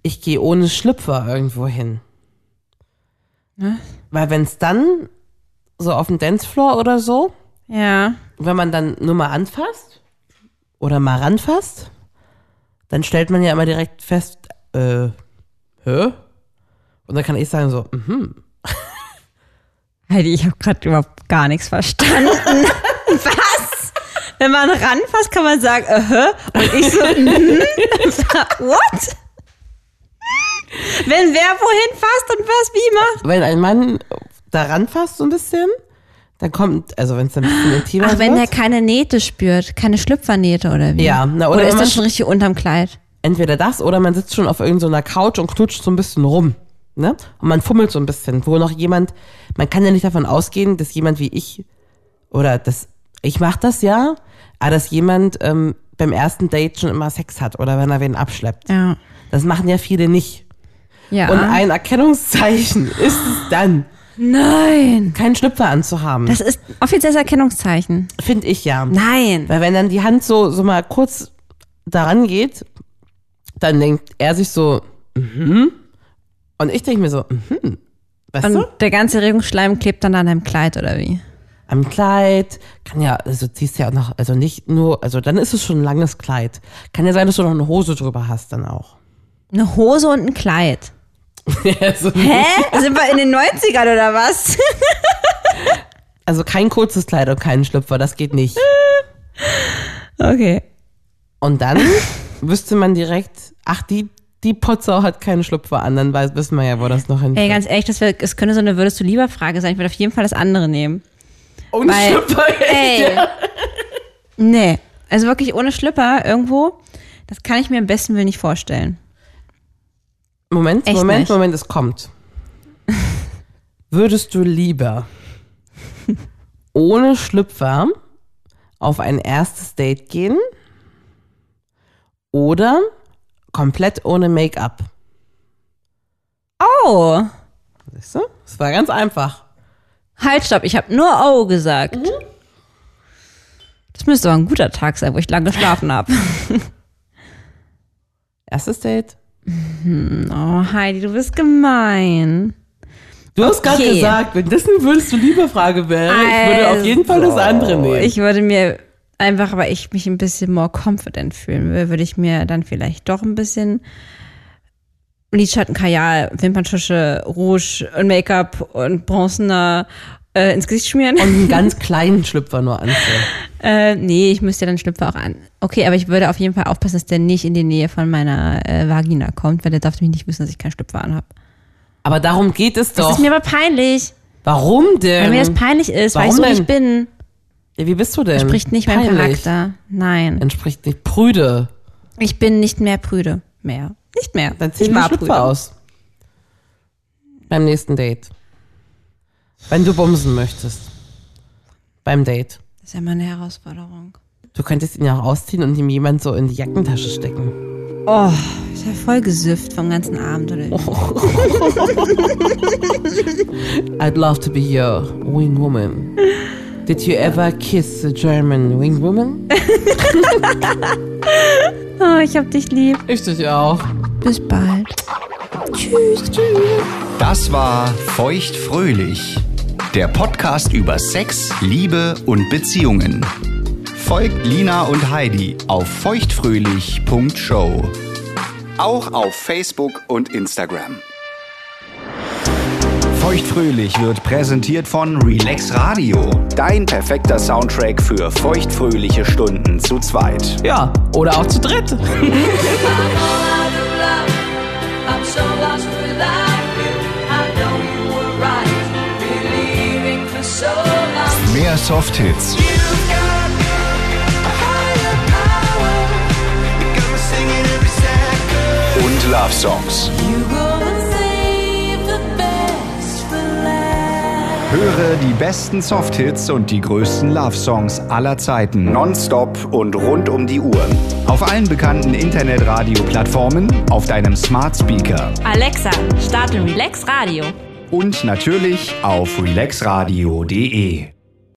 Speaker 2: ich gehe ohne Schlüpfer irgendwo hin.
Speaker 3: Ne?
Speaker 2: Weil wenn es dann so auf dem Dancefloor oder so,
Speaker 3: ja.
Speaker 2: wenn man dann nur mal anfasst oder mal ranfasst, dann stellt man ja immer direkt fest, äh, hä? Und dann kann ich sagen so, mhm,
Speaker 3: Heidi, ich habe gerade überhaupt gar nichts verstanden. Was? Wenn man ranfasst, kann man sagen, äh, und ich so, mhm. what? Wenn wer wohin fasst und was wie macht?
Speaker 2: wenn ein Mann da ranfasst so ein bisschen, dann kommt, also wenn es ein bisschen intimer
Speaker 3: Ach,
Speaker 2: wird.
Speaker 3: wenn der keine Nähte spürt, keine Schlüpfernähte oder wie?
Speaker 2: Ja, na, oder
Speaker 3: oder,
Speaker 2: wenn
Speaker 3: ist
Speaker 2: man
Speaker 3: das schon richtig unterm Kleid?
Speaker 2: entweder das oder man sitzt schon auf irgendeiner Couch und knutscht so ein bisschen rum. Ne? Und man fummelt so ein bisschen, wo noch jemand, man kann ja nicht davon ausgehen, dass jemand wie ich oder das, ich mach das ja, aber dass jemand ähm, beim ersten Date schon immer Sex hat oder wenn er wen abschleppt.
Speaker 3: Ja.
Speaker 2: Das machen ja viele nicht.
Speaker 3: Ja.
Speaker 2: Und ein Erkennungszeichen ist es dann,
Speaker 3: Nein.
Speaker 2: keinen Schlüpfer anzuhaben.
Speaker 3: Das ist offizielles Erkennungszeichen.
Speaker 2: Finde ich ja.
Speaker 3: Nein.
Speaker 2: Weil wenn dann die Hand so, so mal kurz daran geht, dann denkt er sich so, mhm. Und ich denke mir so, mhm. Weißt
Speaker 3: Und
Speaker 2: du?
Speaker 3: der ganze Regungsschleim klebt dann an deinem Kleid oder wie?
Speaker 2: Am Kleid, kann ja, also ziehst ja auch noch, also nicht nur, also dann ist es schon ein langes Kleid. Kann ja sein, dass du noch eine Hose drüber hast dann auch.
Speaker 3: Eine Hose und ein Kleid.
Speaker 2: also,
Speaker 3: Hä? Sind wir in den 90ern oder was?
Speaker 2: also kein kurzes Kleid und keinen Schlüpfer, das geht nicht.
Speaker 3: Okay.
Speaker 2: Und dann wüsste man direkt, ach, die, die Potsau hat keinen Schlüpfer an, dann weiß, wissen wir ja, wo das noch hin
Speaker 3: Ey, ganz ehrlich, das, wär, es könnte so eine würdest du lieber Frage sein. Ich würde auf jeden Fall das andere nehmen.
Speaker 2: Ohne
Speaker 3: weil-
Speaker 2: Schlüpfer,
Speaker 3: Ey. Nee. Also wirklich ohne Schlüpper irgendwo, das kann ich mir im besten Willen nicht vorstellen.
Speaker 2: Moment,
Speaker 3: Echt
Speaker 2: Moment,
Speaker 3: nicht?
Speaker 2: Moment, es kommt. Würdest du lieber ohne Schlüpfer auf ein erstes Date gehen oder komplett ohne Make-up?
Speaker 3: Oh.
Speaker 2: Siehst du? Es war ganz einfach.
Speaker 3: Halt, stopp, ich habe nur Au gesagt. Das müsste aber ein guter Tag sein, wo ich lange geschlafen habe.
Speaker 2: Erstes Date,
Speaker 3: Oh, Heidi, du bist gemein.
Speaker 2: Du hast gerade
Speaker 3: Okay.
Speaker 2: gesagt, wenn das eine würdest du lieber Frage wäre, ich würde auf jeden Fall das andere nehmen.
Speaker 3: Also, Ich würde mir einfach, weil ich mich ein bisschen more confident fühlen will, würde ich mir dann vielleicht doch ein bisschen Lidschatten, Kajal, Wimperntusche, Rouge und Make-up und Bronzener äh, ins Gesicht schmieren.
Speaker 2: und einen ganz kleinen Schlüpfer nur anziehen.
Speaker 3: Äh, nee, ich müsste dann Schlüpfer auch an. Okay, aber ich würde auf jeden Fall aufpassen, dass der nicht in die Nähe von meiner äh, Vagina kommt, weil der darf nämlich nicht wissen, dass ich keinen Schlüpfer anhabe.
Speaker 2: Aber darum geht es
Speaker 3: Das
Speaker 2: doch.
Speaker 3: ist mir aber peinlich.
Speaker 2: Warum
Speaker 3: Weil
Speaker 2: denn?
Speaker 3: mir das peinlich ist, weil ich so
Speaker 2: warum
Speaker 3: nicht bin.
Speaker 2: Ja, Wie bist du denn?
Speaker 3: Spricht nicht meinem
Speaker 2: Peinlich. Ähm.
Speaker 3: Charakter. Nein.
Speaker 2: Entspricht nicht prüde.
Speaker 3: Ich bin nicht mehr prüde. Mehr. Nicht mehr.
Speaker 2: Dann zieh
Speaker 3: ich
Speaker 2: den Schlüpfer aus. Beim nächsten Date. Wenn du bumsen möchtest. Beim Date.
Speaker 3: Das ist ja mal eine Herausforderung.
Speaker 2: Du könntest ihn ja auch ausziehen und ihm jemand so in die Jackentasche stecken.
Speaker 3: Oh, ich habe voll gesüfft vom ganzen Abend. Oder?
Speaker 2: Oh. I'd love to be your wing woman. Did you ever kiss a German wing woman?
Speaker 3: Oh, ich hab dich lieb.
Speaker 2: Ich dich auch.
Speaker 3: Bis bald.
Speaker 1: Das war Feuchtfröhlich, der Podcast über Sex, Liebe und Beziehungen. Folgt Lina und Heidi auf feuchtfröhlich.show. Auch auf Facebook und Instagram. Feuchtfröhlich wird präsentiert von Relax Radio. Dein perfekter Soundtrack für feuchtfröhliche Stunden zu zweit.
Speaker 2: Ja, oder auch zu dritt.
Speaker 4: I'm so lost without you. I know you were right, believing for so long.
Speaker 1: Mehr Soft-Hits
Speaker 5: You've got a higher power. You got me singing every second.
Speaker 1: und Love-Songs.
Speaker 4: You go and save the best for last.
Speaker 1: Höre die besten Softhits und die größten Love-Songs aller Zeiten. Nonstop und rund um die Uhr. Auf allen bekannten Internetradio-Plattformen, auf deinem Smart Speaker
Speaker 6: Alexa, starte Relax Radio.
Speaker 1: und natürlich auf relaxradio.de.